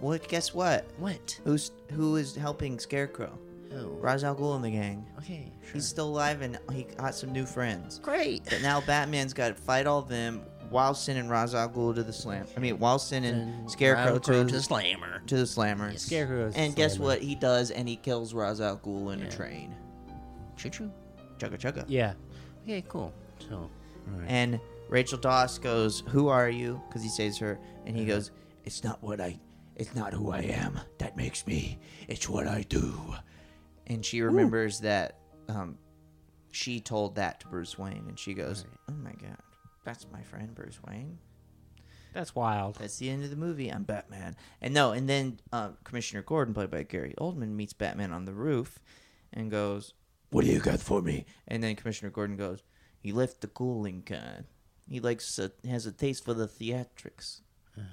[SPEAKER 3] Well, guess what?
[SPEAKER 2] What?
[SPEAKER 3] Who's who is helping Scarecrow?
[SPEAKER 2] Who?
[SPEAKER 3] Ra's al Ghul and the gang.
[SPEAKER 2] Oh, Okay. Sure.
[SPEAKER 3] He's still alive and he got some new friends.
[SPEAKER 2] great.
[SPEAKER 3] But now Batman's got to fight all them while sending Ra's al Ghul to the slam. I mean, while sending Scarecrow to,
[SPEAKER 2] Scarecrow to Slammer.
[SPEAKER 3] to the slammer.
[SPEAKER 5] Scarecrow is
[SPEAKER 3] And guess
[SPEAKER 5] Slammer.
[SPEAKER 3] what? He does, and he kills Ra's al Ghul in a
[SPEAKER 2] Yeah.
[SPEAKER 3] train.
[SPEAKER 2] Choo choo.
[SPEAKER 3] Chugga chugga.
[SPEAKER 5] Yeah.
[SPEAKER 2] Okay, cool. So, alright.
[SPEAKER 3] And Rachel Doss goes, "Who are you?" Because he saves her, and he goes, "It's not what I, it's not who I am that makes me. It's what I do." And she remembers that um, she told that to Bruce Wayne, and she goes, "Oh my god, that's my friend Bruce Wayne."
[SPEAKER 5] That's wild.
[SPEAKER 3] That's the end of the movie. I'm Batman. And no, and then uh, Commissioner Gordon, played by Gary Oldman, meets Batman on the roof and goes, What do you got for me? And then Commissioner Gordon goes, He left the cooling can. He likes, uh, has a taste for the theatrics.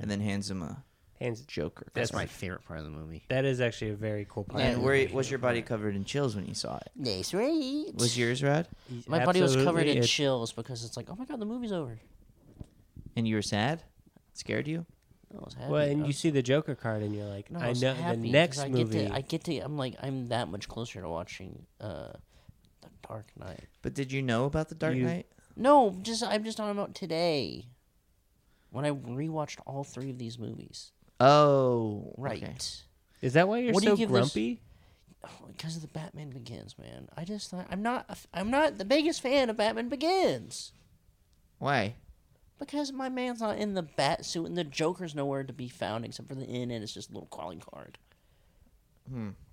[SPEAKER 3] And then hands him a
[SPEAKER 5] Hands.
[SPEAKER 3] Joker.
[SPEAKER 2] Uh-huh. that's my favorite part of the movie.
[SPEAKER 5] That is actually a very cool part.
[SPEAKER 3] And where was your body covered in chills when you saw it?
[SPEAKER 2] That's right.
[SPEAKER 3] Was yours, Rod?
[SPEAKER 2] My body was covered in
[SPEAKER 5] Absolutely.
[SPEAKER 2] chills because it's like, oh my god, the movie's over.
[SPEAKER 3] And you were sad? Scared you?
[SPEAKER 2] I was happy.
[SPEAKER 5] Well, and
[SPEAKER 2] I-
[SPEAKER 5] you see the Joker card, and you're like,
[SPEAKER 2] no,
[SPEAKER 5] I
[SPEAKER 2] was
[SPEAKER 5] know the
[SPEAKER 2] happy 'cause
[SPEAKER 5] next
[SPEAKER 2] I get
[SPEAKER 5] movie.
[SPEAKER 2] To, I get to. I'm like, I'm that much closer to watching uh, the Dark Knight.
[SPEAKER 3] But did you know about the Dark
[SPEAKER 5] You-
[SPEAKER 3] Knight?
[SPEAKER 2] No, just I'm just talking about today. When I rewatched all three of these movies,
[SPEAKER 3] Oh,
[SPEAKER 2] right?
[SPEAKER 3] okay.
[SPEAKER 5] Is that why you're
[SPEAKER 2] What do
[SPEAKER 5] so
[SPEAKER 2] you give this-
[SPEAKER 5] grumpy?
[SPEAKER 2] Because of the Batman Begins, man. I just thought I'm not a f- I'm not the biggest fan of Batman Begins
[SPEAKER 3] Why?
[SPEAKER 2] because my man's not in the bat suit and the Joker's nowhere to be found except for the inn and it's just a little calling card.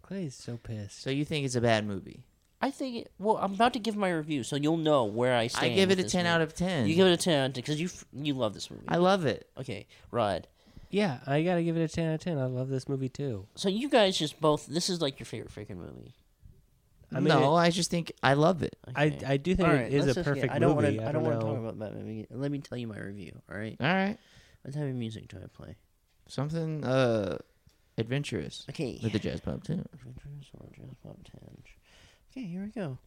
[SPEAKER 5] Clay's so pissed.
[SPEAKER 3] So you think it's a bad movie?
[SPEAKER 2] I think it, well, I'm about to give my review, so you'll know where I
[SPEAKER 3] I
[SPEAKER 2] stand.
[SPEAKER 3] give it
[SPEAKER 2] with
[SPEAKER 3] a
[SPEAKER 2] this
[SPEAKER 3] ten
[SPEAKER 2] movie.
[SPEAKER 3] out of ten.
[SPEAKER 2] You give it a ten out of ten because you f- you love this movie.
[SPEAKER 3] I love it.
[SPEAKER 2] okay, Rod.
[SPEAKER 5] yeah, I gotta give it a ten out of ten. I love this movie too.
[SPEAKER 2] So you guys just both. This is like your favorite freaking movie.
[SPEAKER 5] I mean,
[SPEAKER 3] no, I just think I love it.
[SPEAKER 5] I, I do think it is a perfect
[SPEAKER 2] I don't
[SPEAKER 5] movie.
[SPEAKER 2] Wanna, I don't want to talk
[SPEAKER 5] know.
[SPEAKER 2] about Batman. Begins. Let me tell you my review. All right.
[SPEAKER 3] All right,
[SPEAKER 2] What type of music do I play?
[SPEAKER 3] something uh adventurous
[SPEAKER 2] Okay.
[SPEAKER 3] with the jazz pop too.
[SPEAKER 2] Adventures or Just Pop Tinge. Okay, here we go.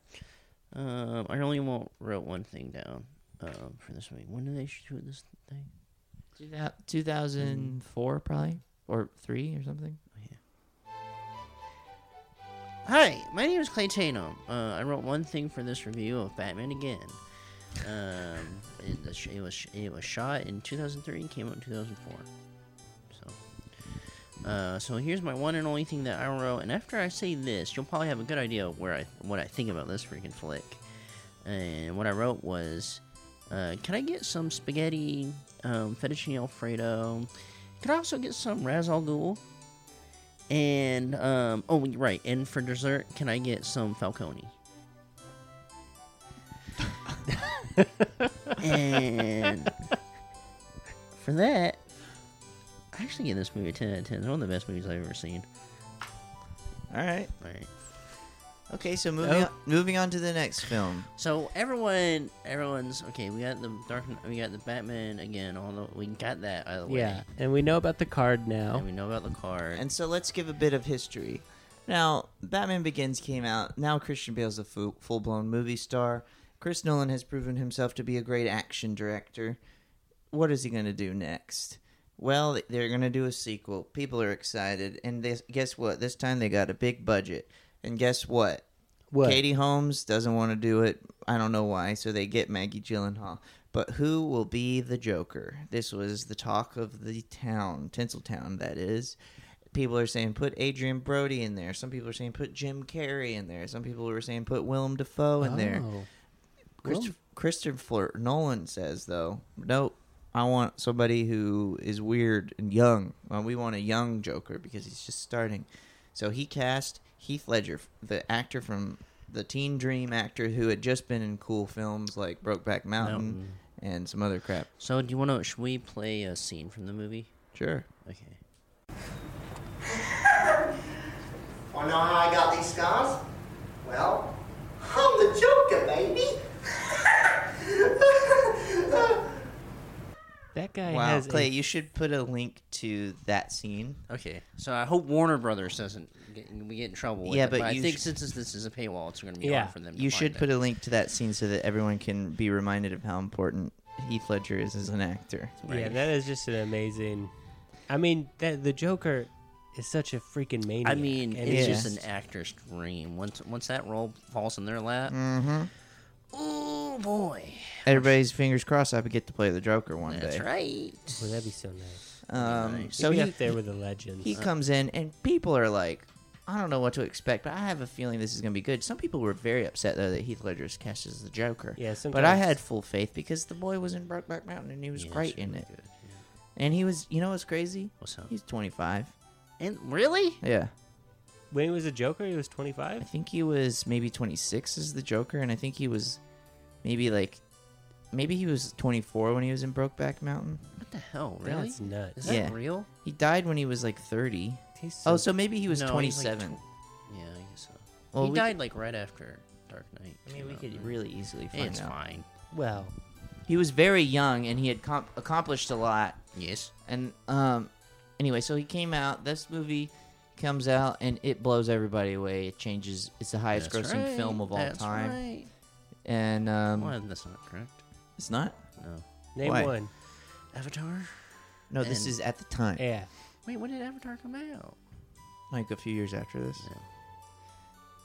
[SPEAKER 2] Um, I only won't wrote one thing down um, for this movie. When did they shoot this thing?
[SPEAKER 3] Two thousand four, probably or three or something.
[SPEAKER 2] Hi, my name is Clay Tatum. Uh, I wrote one thing for this review of Batman Again. Um, it, the sh- it was it was shot in 2003 and came out in 2004. So, uh, so here's my one and only thing that I wrote. And after I say this, you'll probably have a good idea of where I what I think about this freaking flick. And what I wrote was, uh, can I get some spaghetti, um, fettuccine alfredo? Can I also get some Raz Al Ghul? And um, oh right, and for dessert, can I get some falcone? and for that, I actually give this movie a ten out of ten. It's one of the best movies I've ever seen.
[SPEAKER 3] All right.
[SPEAKER 2] All right.
[SPEAKER 3] Okay, so moving on, moving on to the next film.
[SPEAKER 2] So everyone, everyone's okay. We got the dark. Kn- We got the Batman again. All the, we got that out of the way.
[SPEAKER 5] Yeah, and we know about the card
[SPEAKER 2] And
[SPEAKER 5] now.
[SPEAKER 2] we know about the card.
[SPEAKER 3] And so let's give a bit of history. Now, Batman Begins came out. Now Christian Bale's a full blown movie star. Chris Nolan has proven himself to be a great action director. What is he going to do next? Well, they're going to do a sequel. People are excited. And this, guess what? This time they got a big budget. And guess what?
[SPEAKER 5] What?
[SPEAKER 3] Katie Holmes doesn't want to do it. I don't know why. So they get Maggie Gyllenhaal. But who will be the Joker? This was the talk of the town, Tinseltown, that is. People are saying put Adrian Brody in there. Some people are saying put Jim Carrey in there. Some people were saying put Willem Dafoe in there.
[SPEAKER 5] Oh.
[SPEAKER 3] Christopher, Christopher Nolan says though, nope. I want somebody who is weird and young. Well, we want a young Joker because he's just starting. So he cast Heath Ledger, the actor from the Teen Dream actor who had just been in cool films like Brokeback Mountain and some other crap.
[SPEAKER 2] so do you want to? Should we play a scene from the movie?
[SPEAKER 3] Sure.
[SPEAKER 2] Okay.
[SPEAKER 9] Wanna know how I got these scars? Well, I'm the Joker, baby.
[SPEAKER 5] That guy
[SPEAKER 3] Wow,
[SPEAKER 5] has a
[SPEAKER 3] Clay, you should put a link to that scene.
[SPEAKER 2] Okay, so I hope Warner Brothers doesn't get, we get in trouble. With
[SPEAKER 3] Yeah,
[SPEAKER 2] it,
[SPEAKER 3] but
[SPEAKER 2] but I
[SPEAKER 3] you
[SPEAKER 2] think
[SPEAKER 3] sh-
[SPEAKER 2] since this, this is a paywall, it's going to be
[SPEAKER 5] Yeah,
[SPEAKER 2] hard for them. To
[SPEAKER 3] You
[SPEAKER 2] find
[SPEAKER 3] should
[SPEAKER 2] it.
[SPEAKER 3] put a link to that scene so that everyone can be reminded of how important Heath Ledger is as an actor.
[SPEAKER 5] Yeah, that is just an amazing. I mean, that the Joker is such a freaking maniac.
[SPEAKER 2] I mean,
[SPEAKER 5] and
[SPEAKER 2] it's
[SPEAKER 3] Yeah. Mm-hmm.
[SPEAKER 2] just an actor's dream. Once once that role falls in their lap, ooh, Oh boy,
[SPEAKER 3] Everybody's fingers crossed I would get to play the Joker one
[SPEAKER 2] that's
[SPEAKER 3] day.
[SPEAKER 2] right.
[SPEAKER 5] Well, that'd be so nice.
[SPEAKER 3] Um, So
[SPEAKER 5] He'd be
[SPEAKER 3] he,
[SPEAKER 5] up there with the legends.
[SPEAKER 3] he comes in, and people are like, I don't know what to expect, but I have a feeling this is going to be good. Some people were very upset, though, that Heath Ledger is cast as the Joker.
[SPEAKER 5] Yeah,
[SPEAKER 3] But I
[SPEAKER 5] sometimes-
[SPEAKER 3] had full faith because the boy was in Brokeback Mountain, and he was great in it. And he was, you know what's crazy?
[SPEAKER 2] What's up?
[SPEAKER 3] He's 25.
[SPEAKER 2] And really,
[SPEAKER 3] Yeah.
[SPEAKER 5] when he was a Joker, he was
[SPEAKER 3] I
[SPEAKER 5] 25.
[SPEAKER 3] think he was maybe 26 as the Joker, and I think he was maybe like, maybe he was 24 when he was in Brokeback Mountain.
[SPEAKER 2] what the hell? Really?
[SPEAKER 5] That's nuts.
[SPEAKER 2] Is that
[SPEAKER 3] Yeah.
[SPEAKER 2] real?
[SPEAKER 3] He died when he was like 30.
[SPEAKER 5] He's
[SPEAKER 3] oh, so maybe he was
[SPEAKER 2] No, he's like
[SPEAKER 3] 27.
[SPEAKER 2] tw- Yeah, I guess so.
[SPEAKER 3] Well,
[SPEAKER 2] he
[SPEAKER 3] we
[SPEAKER 2] died like right after Dark Knight.
[SPEAKER 3] I mean,
[SPEAKER 2] came
[SPEAKER 3] we
[SPEAKER 2] out,
[SPEAKER 3] could
[SPEAKER 2] right?
[SPEAKER 3] really easily find
[SPEAKER 2] It's
[SPEAKER 3] out.
[SPEAKER 2] fine.
[SPEAKER 5] well,
[SPEAKER 3] He was very young, and he had com- accomplished a lot.
[SPEAKER 2] Yes.
[SPEAKER 3] And um, anyway, so he came out. This movie comes out, and it blows everybody away. It changes. It's the highest
[SPEAKER 2] That's
[SPEAKER 3] grossing
[SPEAKER 2] right,
[SPEAKER 3] film of all
[SPEAKER 2] that's
[SPEAKER 3] time.
[SPEAKER 2] Right.
[SPEAKER 3] And um,
[SPEAKER 2] Well, that's not correct.
[SPEAKER 3] it's not.
[SPEAKER 2] No.
[SPEAKER 5] name
[SPEAKER 3] Why?
[SPEAKER 5] one.
[SPEAKER 2] Avatar.
[SPEAKER 3] No, this
[SPEAKER 2] And-
[SPEAKER 3] is at the time.
[SPEAKER 5] Yeah.
[SPEAKER 2] Wait, when did Avatar come out?
[SPEAKER 3] like a few years after this.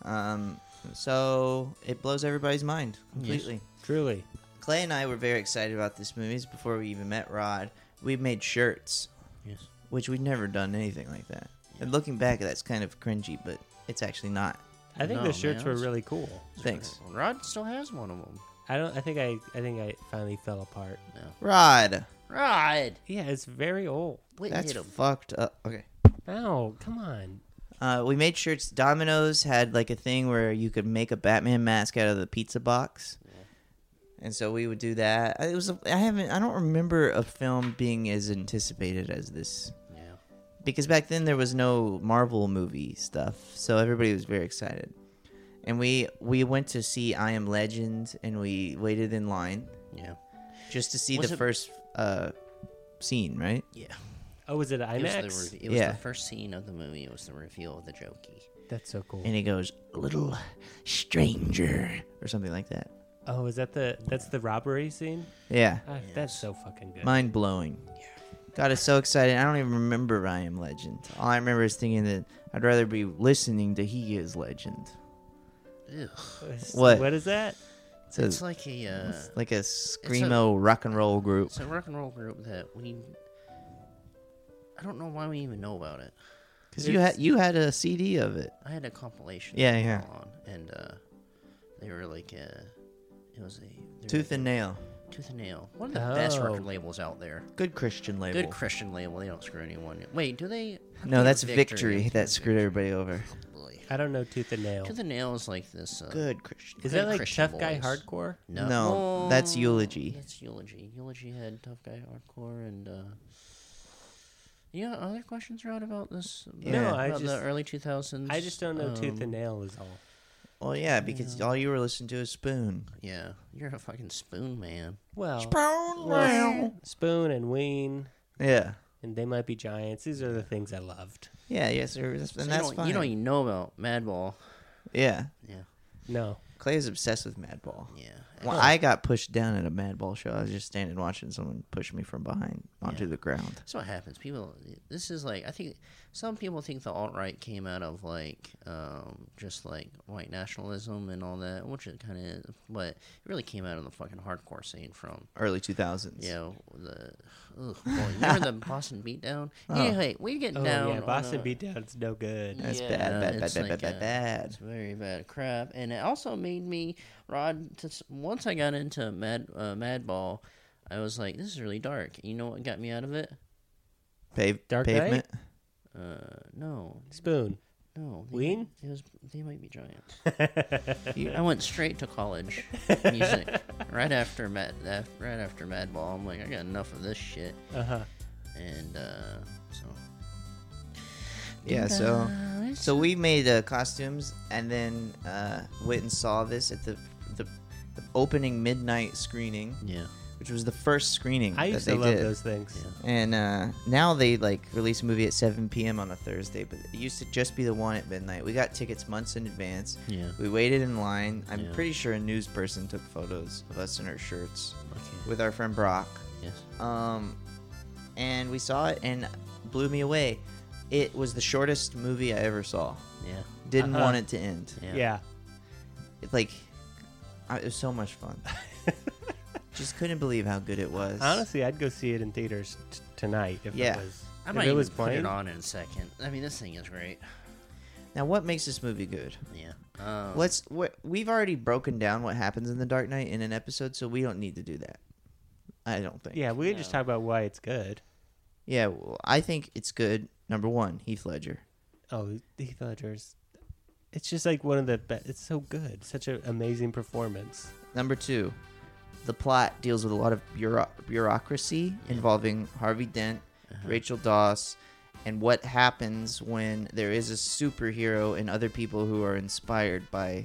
[SPEAKER 3] Um, so it blows everybody's mind completely.
[SPEAKER 5] Truly.
[SPEAKER 3] Clay and I were very excited about this movie It's before we even met Rod. We made shirts,
[SPEAKER 2] Yes.
[SPEAKER 3] which we'd never done anything like that. And looking back, that's kind of cringy, but it's actually not.
[SPEAKER 5] I think
[SPEAKER 2] No,
[SPEAKER 5] the shirts
[SPEAKER 2] man,
[SPEAKER 5] were
[SPEAKER 2] that's-
[SPEAKER 5] really cool.
[SPEAKER 3] Thanks,
[SPEAKER 2] Rod still has one of them.
[SPEAKER 5] I don't. I think I. I think I finally fell apart.
[SPEAKER 3] Rod.
[SPEAKER 2] Rod.
[SPEAKER 5] Yeah, it's very old.
[SPEAKER 2] Wait,
[SPEAKER 3] That's
[SPEAKER 2] hit him.
[SPEAKER 3] fucked up. Okay.
[SPEAKER 5] Ow, come on.
[SPEAKER 3] Uh, we made shirts. Domino's had like a thing where you could make a Batman mask out of the pizza box, and so we would do that. I- It was a, I haven't I don't remember a film being as anticipated as this
[SPEAKER 2] Yeah.
[SPEAKER 3] because back then there was no Marvel movie stuff, so everybody was very excited. And we we went to see I Am Legend, and we waited in line
[SPEAKER 2] Yeah.
[SPEAKER 3] just to see
[SPEAKER 2] Was
[SPEAKER 3] the
[SPEAKER 2] it-
[SPEAKER 3] first uh, scene, right?
[SPEAKER 2] Yeah.
[SPEAKER 5] Oh, was it
[SPEAKER 2] It
[SPEAKER 5] IMAX?
[SPEAKER 2] was, the, re- it was
[SPEAKER 3] Yeah.
[SPEAKER 2] the first scene of the movie. It was the reveal of the Jokey.
[SPEAKER 5] That's so cool.
[SPEAKER 3] And it goes a little stranger or something like that.
[SPEAKER 5] Oh, is that the? That's the robbery scene.
[SPEAKER 3] Yeah.
[SPEAKER 2] Uh,
[SPEAKER 5] Ah, That's so fucking good.
[SPEAKER 3] Mind blowing. God, it's so excited. I don't even remember I Am Legend. All I remember is thinking that I'd rather be listening to He Is Legend.
[SPEAKER 2] Ugh.
[SPEAKER 5] It's-
[SPEAKER 3] what?
[SPEAKER 5] What is that?
[SPEAKER 3] It's a,
[SPEAKER 2] It's like a uh,
[SPEAKER 3] like a screamo rock and roll group.
[SPEAKER 2] it's a rock and roll group that we. I don't know why we even know about it.
[SPEAKER 3] Because you had you had a CD of it.
[SPEAKER 2] I had a compilation.
[SPEAKER 3] Yeah,
[SPEAKER 2] that
[SPEAKER 3] yeah.
[SPEAKER 2] came along, and uh, they were like, uh, it was a they were
[SPEAKER 3] Tooth
[SPEAKER 2] like
[SPEAKER 3] and Nail.
[SPEAKER 2] a- tooth and nail. One of the best
[SPEAKER 5] Oh.
[SPEAKER 2] record labels out there.
[SPEAKER 3] Good Christian label.
[SPEAKER 2] Good Christian label. They don't screw anyone. Wait, do they?
[SPEAKER 3] no, that's
[SPEAKER 2] I
[SPEAKER 3] Victory.
[SPEAKER 2] think
[SPEAKER 3] That screwed everybody over.
[SPEAKER 2] Boy.
[SPEAKER 5] I don't know. Tooth and nail.
[SPEAKER 2] Tooth and nail is like this. Uh,
[SPEAKER 3] Good Christian.
[SPEAKER 5] Is
[SPEAKER 2] Good
[SPEAKER 5] that like
[SPEAKER 2] Christian
[SPEAKER 5] tough guy
[SPEAKER 2] boys.
[SPEAKER 5] hardcore?
[SPEAKER 2] No, Oh,
[SPEAKER 3] No, that's Eulogy.
[SPEAKER 2] That's eulogy. Eulogy had tough guy hardcore and. uh you know, other questions Rod about this? About,
[SPEAKER 3] No,
[SPEAKER 5] I
[SPEAKER 2] about the
[SPEAKER 5] just-
[SPEAKER 2] early two thousands. Um,
[SPEAKER 5] I just don't know.
[SPEAKER 3] um,
[SPEAKER 5] tooth and nail is all.
[SPEAKER 3] Well, yeah, because all you were listening to is Spoon.
[SPEAKER 2] Yeah, you're a fucking spoon man.
[SPEAKER 5] Well,
[SPEAKER 3] Spoon.
[SPEAKER 5] well, spoon and ween,
[SPEAKER 3] Yeah.
[SPEAKER 5] and they might be giants. These are the things I loved.
[SPEAKER 3] Yeah. Yes. there was-
[SPEAKER 2] So
[SPEAKER 3] And
[SPEAKER 2] you
[SPEAKER 3] that's
[SPEAKER 2] don't-
[SPEAKER 3] fine.
[SPEAKER 2] You don't even know about Madball.
[SPEAKER 3] Yeah.
[SPEAKER 2] Yeah,
[SPEAKER 5] No,
[SPEAKER 3] Clay is obsessed with Madball.
[SPEAKER 2] yeah.
[SPEAKER 3] Well, I got pushed down at a Madball show. I was just standing watching someone push me from behind onto the ground.
[SPEAKER 2] That's what happens. People, this is like I think some people think the alt right came out of like um, just like white nationalism and all that, which it kind of is, but it really came out of the fucking hardcore scene from
[SPEAKER 3] Early 2000s.
[SPEAKER 2] you know the ugh, boy, you remember the Boston beatdown. Anyway, we're getting
[SPEAKER 5] oh
[SPEAKER 2] down.
[SPEAKER 5] yeah,
[SPEAKER 2] on
[SPEAKER 5] Boston
[SPEAKER 2] a-
[SPEAKER 5] beatdown's no good.
[SPEAKER 3] That's bad, bad, bad,
[SPEAKER 2] it's
[SPEAKER 3] bad,
[SPEAKER 2] like
[SPEAKER 3] bad,
[SPEAKER 2] a-
[SPEAKER 3] bad,
[SPEAKER 2] It's very bad crap, and it also made me Rod. To, s- once I got into Mad uh, Madball, I was like, "This is really dark." You know what got me out of it?
[SPEAKER 3] bad. Pa-
[SPEAKER 5] Dark Knight?
[SPEAKER 3] pavement.
[SPEAKER 2] Uh, no,
[SPEAKER 5] Spoon.
[SPEAKER 2] no, they-
[SPEAKER 5] Ween?
[SPEAKER 2] It was they might be giants. I went straight to college music right after Mad af- right after Madball. I'm like, I got enough of this shit,
[SPEAKER 5] Uh huh.
[SPEAKER 2] and uh, so
[SPEAKER 3] Yeah. So.
[SPEAKER 2] Uh,
[SPEAKER 3] So we made uh, costumes, and then uh, went and saw this at the, the the opening midnight screening,
[SPEAKER 2] yeah,
[SPEAKER 3] which was the first screening
[SPEAKER 5] I
[SPEAKER 3] that
[SPEAKER 5] used
[SPEAKER 3] they
[SPEAKER 5] to love
[SPEAKER 3] did.
[SPEAKER 5] those things.
[SPEAKER 3] And uh, now they like release a movie at 7 p.m. on a Thursday, but it used to just be the one at midnight. We got tickets months in advance.
[SPEAKER 2] Yeah.
[SPEAKER 3] We waited in line. I'm
[SPEAKER 2] Yeah.
[SPEAKER 3] pretty sure a news person took photos of us in our shirts
[SPEAKER 2] okay,
[SPEAKER 3] with our friend Brock.
[SPEAKER 2] yes,
[SPEAKER 3] Um, and we saw it and blew me away. It was the shortest movie I ever saw.
[SPEAKER 2] yeah,
[SPEAKER 3] Didn't
[SPEAKER 5] Uh-huh.
[SPEAKER 3] want it to end.
[SPEAKER 2] yeah,
[SPEAKER 5] Yeah.
[SPEAKER 3] It, like Uh, It was so much fun. Just couldn't believe how good it was.
[SPEAKER 5] Honestly, I'd go see it in theaters t- tonight if
[SPEAKER 3] Yeah.
[SPEAKER 5] it was.
[SPEAKER 2] I
[SPEAKER 5] if
[SPEAKER 2] might
[SPEAKER 5] it
[SPEAKER 2] even
[SPEAKER 5] was
[SPEAKER 2] put it
[SPEAKER 5] playing.
[SPEAKER 2] on in a second. I mean, this thing is great.
[SPEAKER 3] Now, what makes this movie good?
[SPEAKER 2] Yeah.
[SPEAKER 5] Oh.
[SPEAKER 2] Um,
[SPEAKER 3] Let's. Wh- we've already broken down what happens in the Dark Knight in an episode, so we don't need to do that. I don't think.
[SPEAKER 5] Yeah, we could just talk about why it's good.
[SPEAKER 3] Yeah. Well, I think it's good. Number one, Heath Ledger.
[SPEAKER 5] Oh, Heath Ledger's. It's just like one of the best. It's so good. Such an amazing performance.
[SPEAKER 3] Number two, the plot deals with a lot of bureau- bureaucracy involving Harvey Dent,
[SPEAKER 5] Uh-huh.
[SPEAKER 3] Rachel Doss, and what happens when there is a superhero and other people who are inspired by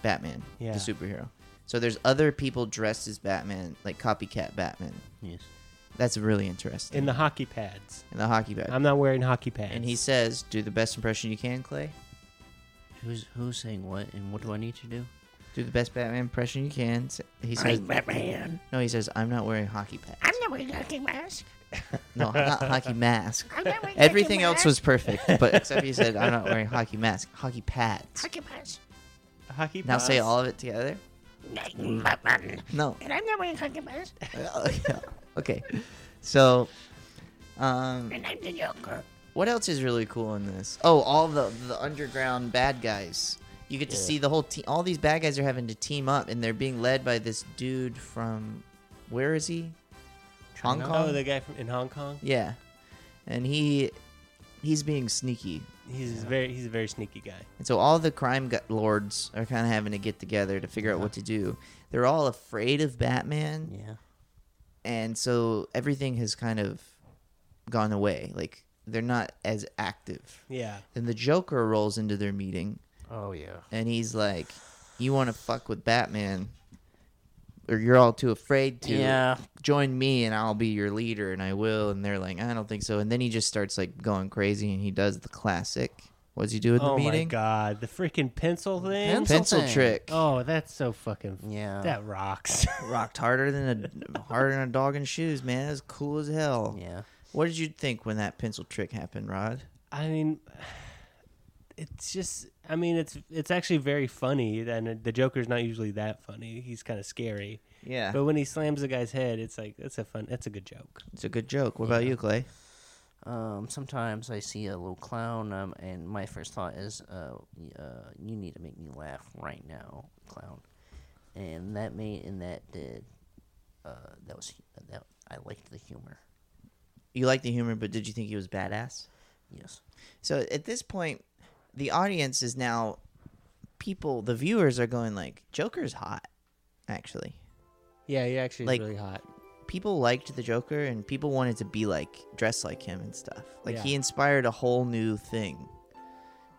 [SPEAKER 3] Batman,
[SPEAKER 5] Yeah.
[SPEAKER 3] the superhero. So there's other people dressed as Batman, like copycat Batman.
[SPEAKER 2] yes.
[SPEAKER 3] That's really interesting.
[SPEAKER 5] In the hockey pads.
[SPEAKER 3] In the hockey bat.
[SPEAKER 5] I'm not wearing hockey pads.
[SPEAKER 3] and he says, "Do the best impression you can, Clay.
[SPEAKER 2] Who's who's saying what and what do I need to do?
[SPEAKER 3] Do the best Batman impression you can." S- He says,
[SPEAKER 2] Batman.
[SPEAKER 3] "No, he says I'm not wearing hockey pads."
[SPEAKER 4] I'm not wearing hockey mask.
[SPEAKER 3] No, not hockey mask.
[SPEAKER 4] I'm not wearing
[SPEAKER 3] Everything
[SPEAKER 4] hockey
[SPEAKER 3] else
[SPEAKER 4] mask.
[SPEAKER 3] was perfect, but except he said, "I'm not wearing hockey mask, hockey pads."
[SPEAKER 4] Hockey mask.
[SPEAKER 5] hockey
[SPEAKER 3] Now
[SPEAKER 5] pads.
[SPEAKER 3] say all of it together.
[SPEAKER 4] Batman.
[SPEAKER 3] No.
[SPEAKER 4] And I'm not wearing hockey mask.
[SPEAKER 3] okay. So, um,
[SPEAKER 4] And I'm the Joker.
[SPEAKER 3] what else is really cool in this? Oh, all the the underground bad guys. You get to see the whole team. All these bad guys are having to team up, and they're being led by this dude from where is he? Hong Kong.
[SPEAKER 5] Oh, the guy from in Hong Kong.
[SPEAKER 3] yeah, and he he's being sneaky.
[SPEAKER 5] He's very he's a very sneaky guy.
[SPEAKER 3] And so all the crime gu- lords are kind of having to get together to figure out what to do. They're all afraid of Batman,
[SPEAKER 2] Yeah.
[SPEAKER 3] and so everything has kind of gone away. Like they're not as active.
[SPEAKER 5] Yeah.
[SPEAKER 3] Then the Joker rolls into their meeting,
[SPEAKER 2] Oh yeah.
[SPEAKER 3] and he's like, "You want to fuck with Batman, or you're all too afraid to
[SPEAKER 2] Yeah.
[SPEAKER 3] join me, and I'll be your leader, and I will." And they're like, "I don't think so." And then he just starts like going crazy, and he does the classic. What does he do in
[SPEAKER 5] Oh
[SPEAKER 3] the meeting?
[SPEAKER 5] my god, the freaking pencil thing.
[SPEAKER 2] Pencil
[SPEAKER 3] Pencil
[SPEAKER 2] thing.
[SPEAKER 3] trick.
[SPEAKER 5] Oh, that's so fucking.
[SPEAKER 2] Yeah.
[SPEAKER 5] That rocks.
[SPEAKER 3] rocked harder than a harder than a dog in shoes, man. That was cool as hell.
[SPEAKER 2] Yeah.
[SPEAKER 3] What did you think when that pencil trick happened, Rod?
[SPEAKER 5] I mean, it's just. I mean, it's it's actually very funny, and the Joker's not usually that funny. He's kind of scary,
[SPEAKER 3] Yeah,
[SPEAKER 5] but when he slams the guy's head, it's like that's a fun. That's a good joke.
[SPEAKER 3] it's a good joke. What about you, Clay?
[SPEAKER 2] Um. Sometimes I see a little clown, um, and my first thought is, uh, y- uh, you need to make me laugh right now, clown. And that made and that did. Uh, that was hu- that. I liked the humor.
[SPEAKER 3] You like the humor, but did you think he was badass?
[SPEAKER 2] Yes.
[SPEAKER 3] So at this point, the audience is now people. The viewers are going like, "Joker's hot." Actually,
[SPEAKER 5] Yeah, he actually
[SPEAKER 3] is Like-
[SPEAKER 5] really
[SPEAKER 3] really
[SPEAKER 5] hot.
[SPEAKER 3] people liked the Joker, and people wanted to be like, dress like him and stuff. Like
[SPEAKER 5] Yeah.
[SPEAKER 3] he inspired a whole new thing.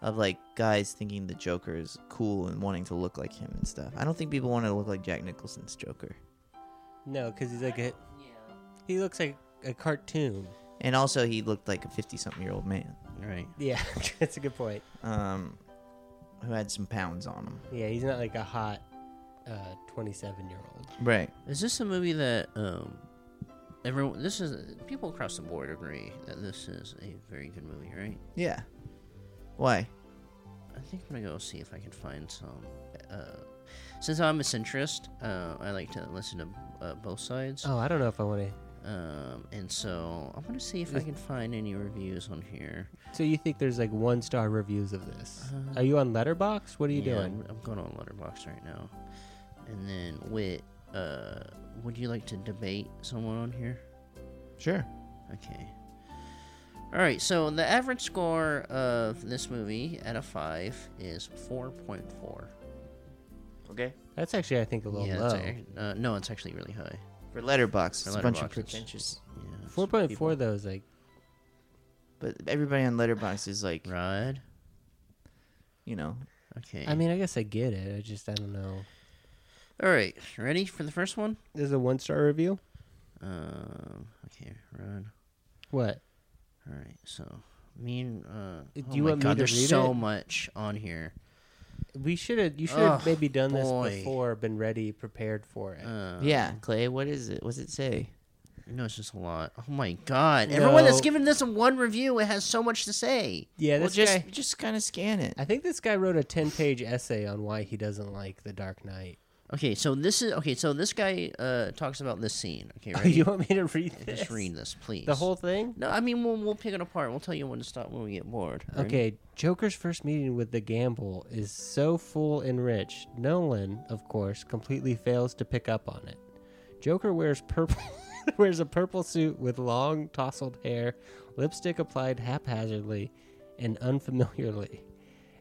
[SPEAKER 3] Of like guys thinking the Joker is cool and wanting to look like him and stuff. I don't think people want to look like Jack Nicholson's Joker.
[SPEAKER 5] No, because he's like a. Yeah. He looks like a cartoon.
[SPEAKER 3] And also, he looked like a 50 something year old man
[SPEAKER 2] Right.
[SPEAKER 5] Yeah, that's a good point.
[SPEAKER 3] um, who had some pounds on him.
[SPEAKER 5] Yeah, he's not like a hot uh, twenty-seven year old.
[SPEAKER 3] Right.
[SPEAKER 2] Is this a movie that um everyone this is people across the board agree that this is a very good movie, right?
[SPEAKER 3] Yeah. Why?
[SPEAKER 2] I think I'm gonna go see if I can find some. Uh, since I'm a centrist, uh, I like to listen to uh, both sides,
[SPEAKER 5] Oh, I don't know if I want to.
[SPEAKER 2] um, and so I'm gonna see if I can find any reviews on here.
[SPEAKER 5] So you think there's like one star reviews of this? Are you on Letterbox? What are you
[SPEAKER 2] Yeah,
[SPEAKER 5] doing?
[SPEAKER 2] I'm, I'm going on Letterbox right now, and then wait, uh, would you like to debate someone on here?
[SPEAKER 3] Sure.
[SPEAKER 2] Okay. All right, so the average score of this movie out of 5 is 4.4.
[SPEAKER 3] Okay.
[SPEAKER 5] That's actually, I think, a little
[SPEAKER 2] yeah,
[SPEAKER 5] low.
[SPEAKER 2] it's ac- uh, no, it's actually really high.
[SPEAKER 3] For Letterbox,
[SPEAKER 2] For
[SPEAKER 3] it's a bunch of
[SPEAKER 2] Letterboxd, it's-
[SPEAKER 3] pretentious.
[SPEAKER 2] Yeah.
[SPEAKER 5] Four point four though is like
[SPEAKER 3] But everybody on Letterbox is like,
[SPEAKER 2] Rod.
[SPEAKER 3] you know,
[SPEAKER 2] Okay.
[SPEAKER 5] I mean, I guess I get it. I just I don't know.
[SPEAKER 2] All right, ready for the first one?
[SPEAKER 5] This is a one star review.
[SPEAKER 2] Um, okay, Rod.
[SPEAKER 5] What?
[SPEAKER 2] All right, so me and uh,
[SPEAKER 5] Do
[SPEAKER 2] oh
[SPEAKER 5] you
[SPEAKER 2] my
[SPEAKER 5] want me
[SPEAKER 2] God,
[SPEAKER 5] to
[SPEAKER 2] there's
[SPEAKER 5] read
[SPEAKER 2] so
[SPEAKER 5] it?
[SPEAKER 2] much on here.
[SPEAKER 5] We should have. You should have
[SPEAKER 2] Ugh,
[SPEAKER 5] maybe done
[SPEAKER 2] boy.
[SPEAKER 5] this before, been ready, prepared for it.
[SPEAKER 2] Um,
[SPEAKER 3] yeah, Uh, Clay, what is it? What's it say?
[SPEAKER 2] no, it's just a lot. Oh my God! Everyone that's
[SPEAKER 5] No.
[SPEAKER 2] given this a one review, it has so much to say.
[SPEAKER 5] yeah,
[SPEAKER 3] well,
[SPEAKER 5] this
[SPEAKER 3] just
[SPEAKER 5] guy.
[SPEAKER 3] just kind of scan it.
[SPEAKER 5] I think this guy wrote a ten page essay on why he doesn't like The Dark Knight.
[SPEAKER 2] Okay, so this is okay. So this guy uh, talks about this scene. Okay, right?
[SPEAKER 5] you want me to read this?
[SPEAKER 2] Just read this, please.
[SPEAKER 5] The whole thing?
[SPEAKER 2] No, I mean we'll we'll pick it apart. We'll tell you when to stop when we get bored. Alright?
[SPEAKER 5] Okay, Joker's first meeting with the gamble is so full and rich. Nolan, of course, completely fails to pick up on it. Joker wears purple wears a purple suit with long tousled hair, lipstick applied haphazardly and unfamiliarly.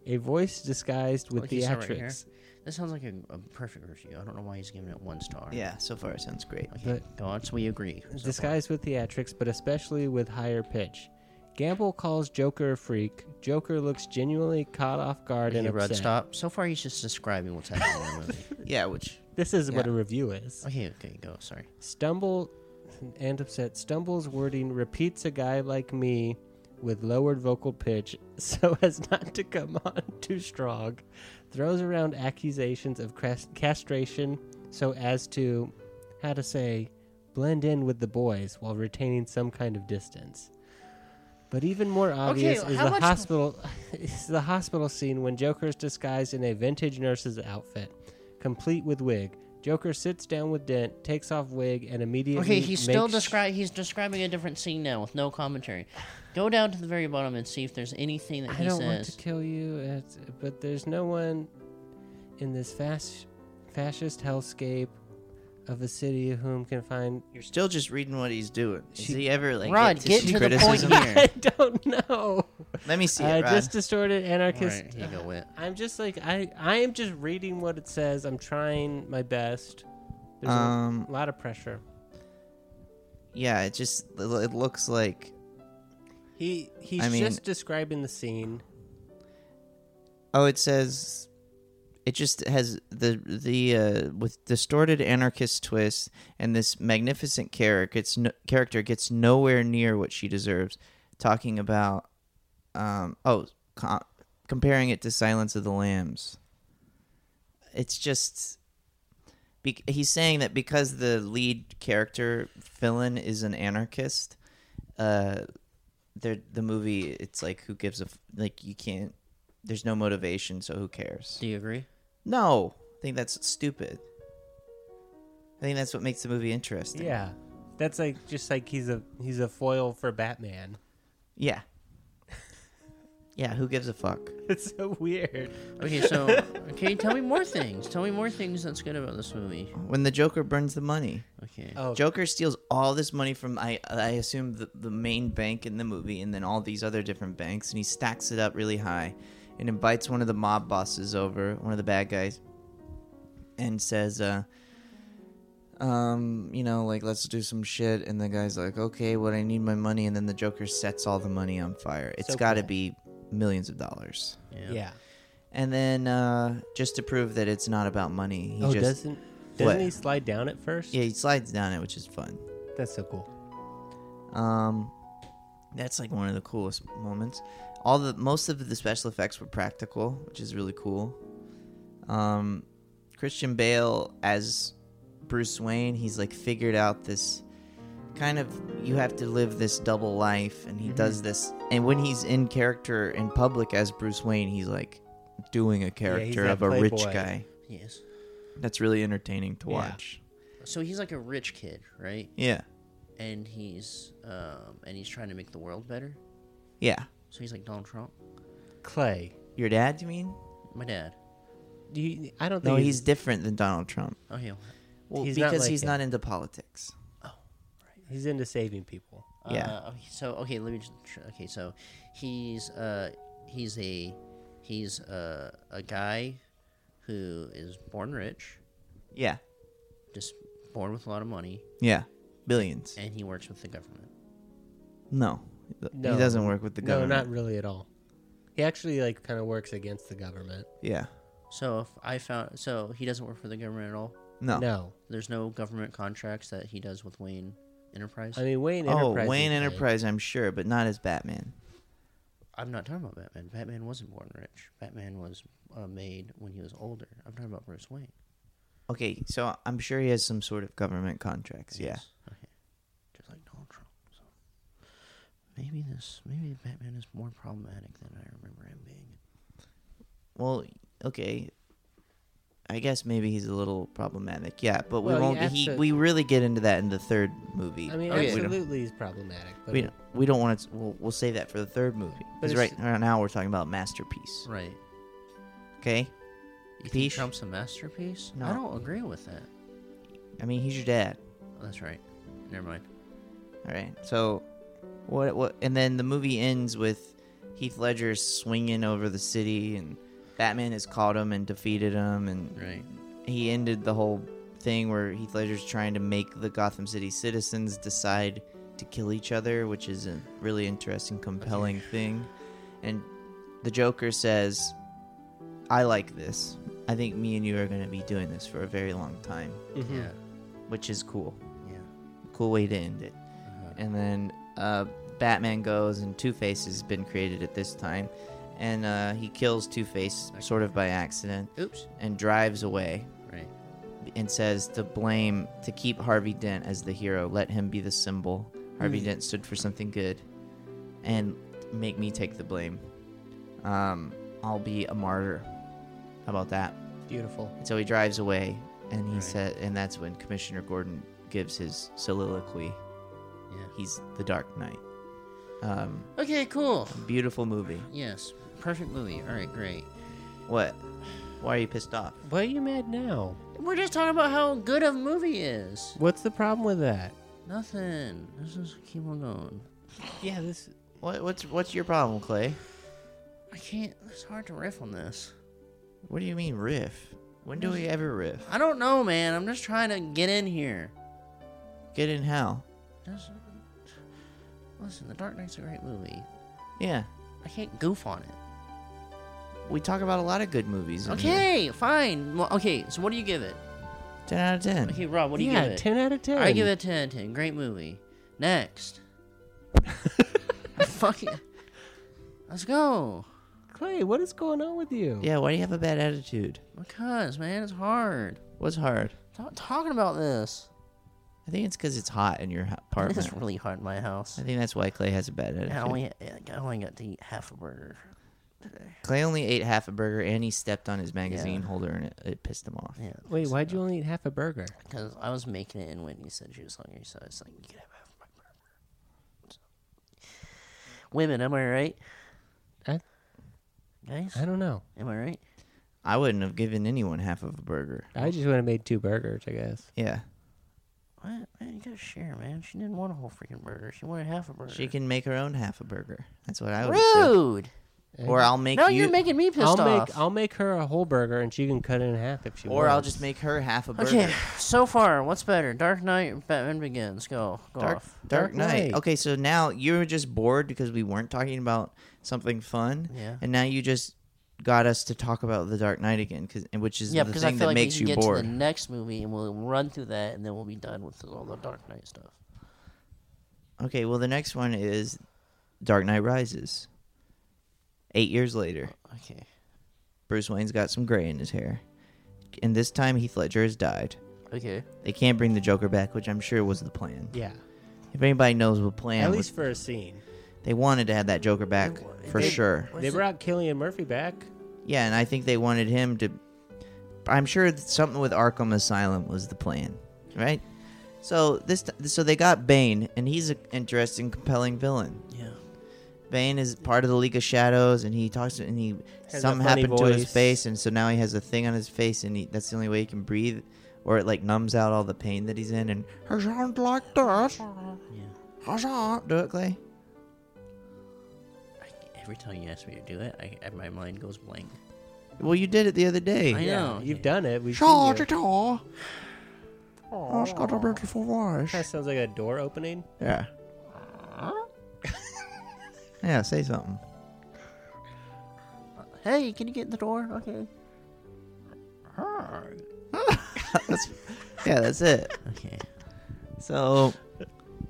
[SPEAKER 5] A voice disguised with
[SPEAKER 2] Like you saw right here.
[SPEAKER 5] theatrics.
[SPEAKER 2] That sounds like a, a perfect review. I don't know why he's giving it one star.
[SPEAKER 3] Yeah, so far it sounds great.
[SPEAKER 2] Okay, thoughts we agree. So far.
[SPEAKER 5] disguised with theatrics, but especially with higher pitch. Gamble calls Joker a freak. Joker looks genuinely caught off guard
[SPEAKER 2] Okay,
[SPEAKER 5] and
[SPEAKER 2] Rod,
[SPEAKER 5] upset.
[SPEAKER 2] stop. So far, he's just describing what's happening in the movie.
[SPEAKER 3] Yeah, which
[SPEAKER 5] This is what a
[SPEAKER 3] Yeah.
[SPEAKER 5] review is.
[SPEAKER 2] Okay, okay, go. Sorry.
[SPEAKER 5] Stumble and upset. Stumbles wording repeats a guy like me with lowered vocal pitch so as not to come on too strong. Throws around accusations of cras- castration so as to, how to say, blend in with the boys while retaining some kind of distance. But even more obvious is
[SPEAKER 2] how
[SPEAKER 5] the
[SPEAKER 2] much-
[SPEAKER 5] hospital is the hospital scene when Joker is disguised in a vintage nurse's outfit, complete with wig. Joker sits down with Dent, takes off wig, and immediately
[SPEAKER 2] Okay, he's still
[SPEAKER 5] makes-
[SPEAKER 2] describing. He's describing a different scene now with no commentary. Go down to the very bottom and see if there's anything that
[SPEAKER 5] I
[SPEAKER 2] he
[SPEAKER 5] don't want to
[SPEAKER 2] says.
[SPEAKER 5] kill you, it's- but there's no one in this fas- fascist hellscape of a city whom can find.
[SPEAKER 3] you're still just reading what he's doing. Does he ever like
[SPEAKER 2] Rod,
[SPEAKER 3] get
[SPEAKER 2] get
[SPEAKER 3] to,
[SPEAKER 2] to the
[SPEAKER 3] criticism?
[SPEAKER 2] point
[SPEAKER 5] I don't know.
[SPEAKER 3] Let me see
[SPEAKER 5] uh,
[SPEAKER 3] it, Rod.
[SPEAKER 5] Just distorted anarchist.
[SPEAKER 2] Right, here you go with.
[SPEAKER 5] I'm just like I. I am just reading what it says. I'm trying my best. There's
[SPEAKER 3] Um,
[SPEAKER 5] a lot of pressure.
[SPEAKER 3] Yeah, it just it lo- it looks like
[SPEAKER 5] He he's
[SPEAKER 3] I mean-
[SPEAKER 5] just describing the scene.
[SPEAKER 3] oh, it says it just has the the uh, with distorted anarchist twist and this magnificent character gets no, character gets nowhere near what she deserves. Talking about um oh com- comparing it to Silence of the Lambs. It's just be- he's saying that because the lead character villain is an anarchist, uh, the the movie it's like who gives a f- like you can't. There's no motivation, so who cares?
[SPEAKER 2] Do you agree?
[SPEAKER 3] No, I think that's stupid. I think that's what makes the movie interesting.
[SPEAKER 5] Yeah, that's like just like he's a he's a foil for Batman.
[SPEAKER 3] yeah, yeah. Who gives a fuck?
[SPEAKER 5] It's so weird.
[SPEAKER 2] Okay, so okay, tell me more things. Tell me more things that's good about this movie.
[SPEAKER 3] When the Joker burns the money.
[SPEAKER 2] Okay.
[SPEAKER 5] Oh,
[SPEAKER 3] Joker steals all this money from I I assume the, the main bank in the movie and then all these other different banks and he stacks it up really high and invites one of the mob bosses over, one of the bad guys, and says, uh, um, you know, like let's do some shit and the guy's like, Okay, what I need my money and then the Joker sets all the money on fire. It's
[SPEAKER 5] So
[SPEAKER 3] gotta
[SPEAKER 5] cool.
[SPEAKER 3] be millions of dollars.
[SPEAKER 5] yeah.
[SPEAKER 3] And then uh, just to prove that it's not about money, he
[SPEAKER 5] oh,
[SPEAKER 3] just
[SPEAKER 5] doesn't doesn't
[SPEAKER 3] What?
[SPEAKER 5] he slide down at first?
[SPEAKER 3] Yeah, he slides down it, which is fun.
[SPEAKER 5] that's so cool.
[SPEAKER 3] Um, that's like one of the coolest moments. All the most of the special effects were practical, which is really cool. Um, Christian Bale as Bruce Wayne, he's like figured out this kind of you have to live this double life, and he
[SPEAKER 5] Mm-hmm.
[SPEAKER 3] does this. And when he's in character in public as Bruce Wayne, he's like doing a character
[SPEAKER 5] that
[SPEAKER 3] of a rich
[SPEAKER 5] playboy.
[SPEAKER 3] guy.
[SPEAKER 2] Yes.
[SPEAKER 3] That's really entertaining to
[SPEAKER 5] Yeah.
[SPEAKER 3] watch.
[SPEAKER 2] So he's like a rich kid, right?
[SPEAKER 3] Yeah,
[SPEAKER 2] And he's um and he's trying to make the world better.
[SPEAKER 3] yeah.
[SPEAKER 2] So he's like Donald Trump.
[SPEAKER 5] Clay,
[SPEAKER 3] Your dad, you mean?
[SPEAKER 2] My dad.
[SPEAKER 5] do you, I don't
[SPEAKER 3] No,
[SPEAKER 5] think
[SPEAKER 3] he's different than Donald Trump.
[SPEAKER 2] Okay.
[SPEAKER 3] Well,
[SPEAKER 5] He's not
[SPEAKER 3] because
[SPEAKER 5] like
[SPEAKER 3] he's
[SPEAKER 5] him.
[SPEAKER 3] not into politics.
[SPEAKER 5] he's into saving people.
[SPEAKER 3] Yeah.
[SPEAKER 2] Uh, okay, so okay, let me just. tr- Okay, so he's uh he's a he's uh, a guy who is born rich,
[SPEAKER 3] Yeah.
[SPEAKER 2] just born with a lot of money,
[SPEAKER 3] Yeah. Billions.
[SPEAKER 2] and he works with the government.
[SPEAKER 3] No.
[SPEAKER 5] No.
[SPEAKER 3] He doesn't work with the government.
[SPEAKER 5] No, not really at all. He actually like kind of works against the government.
[SPEAKER 3] Yeah.
[SPEAKER 2] So if I found so he doesn't work for the government at all.
[SPEAKER 3] No.
[SPEAKER 5] No,
[SPEAKER 2] There's no government contracts that he does with Wayne Enterprise.
[SPEAKER 5] I mean Wayne.
[SPEAKER 3] Oh,
[SPEAKER 5] Enterprise
[SPEAKER 3] Wayne
[SPEAKER 5] is, like-
[SPEAKER 3] Enterprise, I'm sure, but not as Batman.
[SPEAKER 2] I'm not talking about Batman. Batman wasn't born rich. Batman was uh, made when he was older. I'm talking about Bruce Wayne.
[SPEAKER 3] Okay, so I'm sure he has some sort of government contracts. Yeah.
[SPEAKER 2] Yes. Okay. Just like Donald Trump. So maybe this, maybe Batman is more problematic than I remember him being.
[SPEAKER 3] Well, okay. I guess maybe he's a little problematic. Yeah, but we
[SPEAKER 5] Well, he
[SPEAKER 3] won't.
[SPEAKER 5] acts
[SPEAKER 3] He,
[SPEAKER 5] a-
[SPEAKER 3] we really get into that in the third movie.
[SPEAKER 5] I mean,
[SPEAKER 2] Oh, yeah.
[SPEAKER 5] absolutely, he's problematic. But
[SPEAKER 3] we don't, we don't want to. We'll, we'll save that for the third movie.
[SPEAKER 5] But
[SPEAKER 3] Because
[SPEAKER 5] it's-
[SPEAKER 3] right now we're talking about masterpiece.
[SPEAKER 2] Right.
[SPEAKER 3] Okay.
[SPEAKER 2] You think
[SPEAKER 3] Peach?
[SPEAKER 2] Trump's a masterpiece? I
[SPEAKER 3] No.
[SPEAKER 2] don't agree with that. Oh,
[SPEAKER 3] I mean, he's your dad.
[SPEAKER 2] That's right. Never mind.
[SPEAKER 3] All right. So, what? What? And then the movie ends with Heath Ledger swinging over the city, and Batman has caught him and defeated him, and
[SPEAKER 2] Right.
[SPEAKER 3] he ended the whole thing where Heath Ledger's trying to make the Gotham City citizens decide to kill each other, which is a really interesting, compelling thing. And the Joker says, "I like this. I think me and you are going to be doing this for a very long time,"
[SPEAKER 2] Yeah.
[SPEAKER 3] which is cool
[SPEAKER 2] Yeah. Uh-huh.
[SPEAKER 3] cool way to end it. And then uh, Batman goes, and Two Face has been created at this time, and uh, he kills Two Face sort of by accident,
[SPEAKER 2] Oops.
[SPEAKER 3] and drives away,
[SPEAKER 2] Right.
[SPEAKER 3] and says to blame to keep Harvey Dent as the hero, let him be the symbol.
[SPEAKER 2] Hmm.
[SPEAKER 3] Harvey Dent stood for something good, and make me take the blame. Um, I'll be a martyr. How about that?
[SPEAKER 5] beautiful.
[SPEAKER 3] And so he drives away, and he said, and that's when Commissioner Gordon gives his soliloquy.
[SPEAKER 2] Yeah.
[SPEAKER 3] He's the Dark Knight. Um,
[SPEAKER 2] Okay, cool.
[SPEAKER 3] beautiful movie.
[SPEAKER 2] Yes. Perfect movie. All right, great.
[SPEAKER 3] What? Why are you pissed off?
[SPEAKER 5] Why are you mad now?
[SPEAKER 2] We're just talking about how good a movie is.
[SPEAKER 5] What's the problem with that?
[SPEAKER 2] Nothing. Let's just keep on going.
[SPEAKER 5] Yeah, this.
[SPEAKER 3] What? What's What's your problem, Clay?
[SPEAKER 2] I can't. It's hard to riff on this.
[SPEAKER 3] What do you mean riff? When do we ever riff?
[SPEAKER 2] I don't know, man. I'm just trying to get in here.
[SPEAKER 3] Get in hell.
[SPEAKER 2] Just listen. The Dark Knight's a great movie.
[SPEAKER 3] Yeah,
[SPEAKER 2] I can't goof on it.
[SPEAKER 3] we talk about a lot of good movies. in here.
[SPEAKER 2] Okay, fine. Well, okay, so what do you give it?
[SPEAKER 3] Ten out of ten.
[SPEAKER 2] Okay, Rob, what do you
[SPEAKER 5] yeah,
[SPEAKER 2] give it?
[SPEAKER 5] ten out of ten.
[SPEAKER 2] I give it a 10 10. Great movie. Next. Fuck it. Let's go.
[SPEAKER 5] Clay, what is going on with you?
[SPEAKER 3] Yeah. Why do you have a bad attitude?
[SPEAKER 2] Because, man, it's hard.
[SPEAKER 3] What's hard?
[SPEAKER 2] Stop talking about this.
[SPEAKER 3] I think it's because it's hot in your ho- apartment.
[SPEAKER 2] It's really hard in my house.
[SPEAKER 3] I think that's why Clay has a bad attitude.
[SPEAKER 2] I only, I only got to eat half a burger.
[SPEAKER 3] Clay only ate half a burger and he stepped on his magazine holder and it, it pissed him off.
[SPEAKER 2] Yeah.
[SPEAKER 5] Wait, why'd you only eat half a burger?
[SPEAKER 2] Because I was making it and Whitney said she was hungry, so I was like, you can have half my burger. So- Women, am I right?
[SPEAKER 5] I,
[SPEAKER 2] Guys?
[SPEAKER 5] I don't know.
[SPEAKER 2] Am I right?
[SPEAKER 3] I wouldn't have given anyone half of a burger.
[SPEAKER 5] I just would have made two burgers, I guess.
[SPEAKER 3] Yeah.
[SPEAKER 2] What? Man, you gotta share, man. She didn't want a whole freaking burger. She wanted half a burger.
[SPEAKER 3] She can make her own half a burger. That's what I would have
[SPEAKER 2] Rude!
[SPEAKER 3] said. Or I'll make
[SPEAKER 2] No,
[SPEAKER 3] you
[SPEAKER 2] you're making me pissed
[SPEAKER 5] I'll
[SPEAKER 2] off.
[SPEAKER 5] make I'll make her a whole burger and she can cut it in half if she
[SPEAKER 3] Or
[SPEAKER 5] wants.
[SPEAKER 3] I'll just make her half a burger.
[SPEAKER 2] Okay, so far, what's better, Dark Knight or Batman Begins? Go, go
[SPEAKER 3] Dark,
[SPEAKER 2] off.
[SPEAKER 3] Dark
[SPEAKER 5] Dark
[SPEAKER 3] Knight.
[SPEAKER 5] Knight.
[SPEAKER 3] Okay, so now you're just bored because we weren't talking about something fun.
[SPEAKER 2] Yeah.
[SPEAKER 3] And now you just got us to talk about the Dark Knight again, cause, and which is
[SPEAKER 2] Yeah,
[SPEAKER 3] the
[SPEAKER 2] because
[SPEAKER 3] thing
[SPEAKER 2] I feel
[SPEAKER 3] that
[SPEAKER 2] like
[SPEAKER 3] makes
[SPEAKER 2] we can
[SPEAKER 3] you
[SPEAKER 2] get
[SPEAKER 3] bored.
[SPEAKER 2] to the next movie and we'll run through that, and then we'll be done with all the Dark Knight stuff.
[SPEAKER 3] Okay, well, the next one is Dark Knight Rises. Eight years later.
[SPEAKER 2] Okay.
[SPEAKER 3] Bruce Wayne's got some gray in his hair. And this time Heath Ledger has died.
[SPEAKER 2] Okay.
[SPEAKER 3] They can't bring the Joker back, which I'm sure was the plan.
[SPEAKER 5] yeah.
[SPEAKER 3] If anybody knows what plan
[SPEAKER 5] At
[SPEAKER 3] was-
[SPEAKER 5] least for a scene.
[SPEAKER 3] they wanted to have that Joker back for sure.
[SPEAKER 5] They brought Killian Murphy back.
[SPEAKER 3] Yeah, and I think they wanted him to I'm sure that something with Arkham Asylum was the plan, right? So this so they got Bane and he's an interesting compelling villain.
[SPEAKER 2] Yeah.
[SPEAKER 3] Bane is part of the League of Shadows, and he talks, and he
[SPEAKER 5] Has
[SPEAKER 3] something
[SPEAKER 5] a funny
[SPEAKER 3] happened to his
[SPEAKER 5] voice.
[SPEAKER 3] face, and so now he has a thing on his face, and he, that's the only way he can breathe, or it like numbs out all the pain that he's in, and I sound like this. I sound- Do it, Clay.
[SPEAKER 2] I, every time you ask me to do it, I, I, my mind goes blank.
[SPEAKER 3] Well, you did it the other
[SPEAKER 2] I
[SPEAKER 3] day.
[SPEAKER 2] know.
[SPEAKER 5] You've done it. We've seen you.
[SPEAKER 7] George, it all. Oh, it's got a beautiful voice.
[SPEAKER 5] That sounds like a door opening.
[SPEAKER 3] Yeah. yeah. Say something.
[SPEAKER 2] Hey, can you get in the door? Okay.
[SPEAKER 3] Yeah, that's it.
[SPEAKER 2] Okay.
[SPEAKER 3] So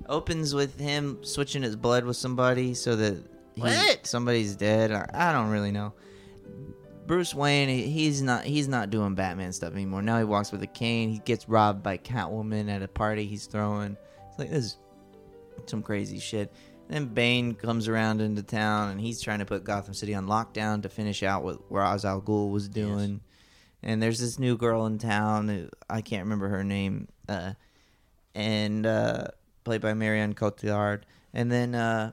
[SPEAKER 3] opens with him switching his blood with somebody so that he-
[SPEAKER 2] What?
[SPEAKER 3] somebody's dead. I, I don't really know. Bruce Wayne, he- he's not he's not doing Batman stuff anymore. Now he walks with a cane. He gets robbed by Catwoman at a party he's throwing. It's like this is some crazy shit. Then Bane comes around into town and he's trying to put Gotham City on lockdown to finish out what Ra's al Ghul was doing. and there's this new girl in town who I can't remember her name, uh, and uh, played by Marianne Cotillard. And then uh,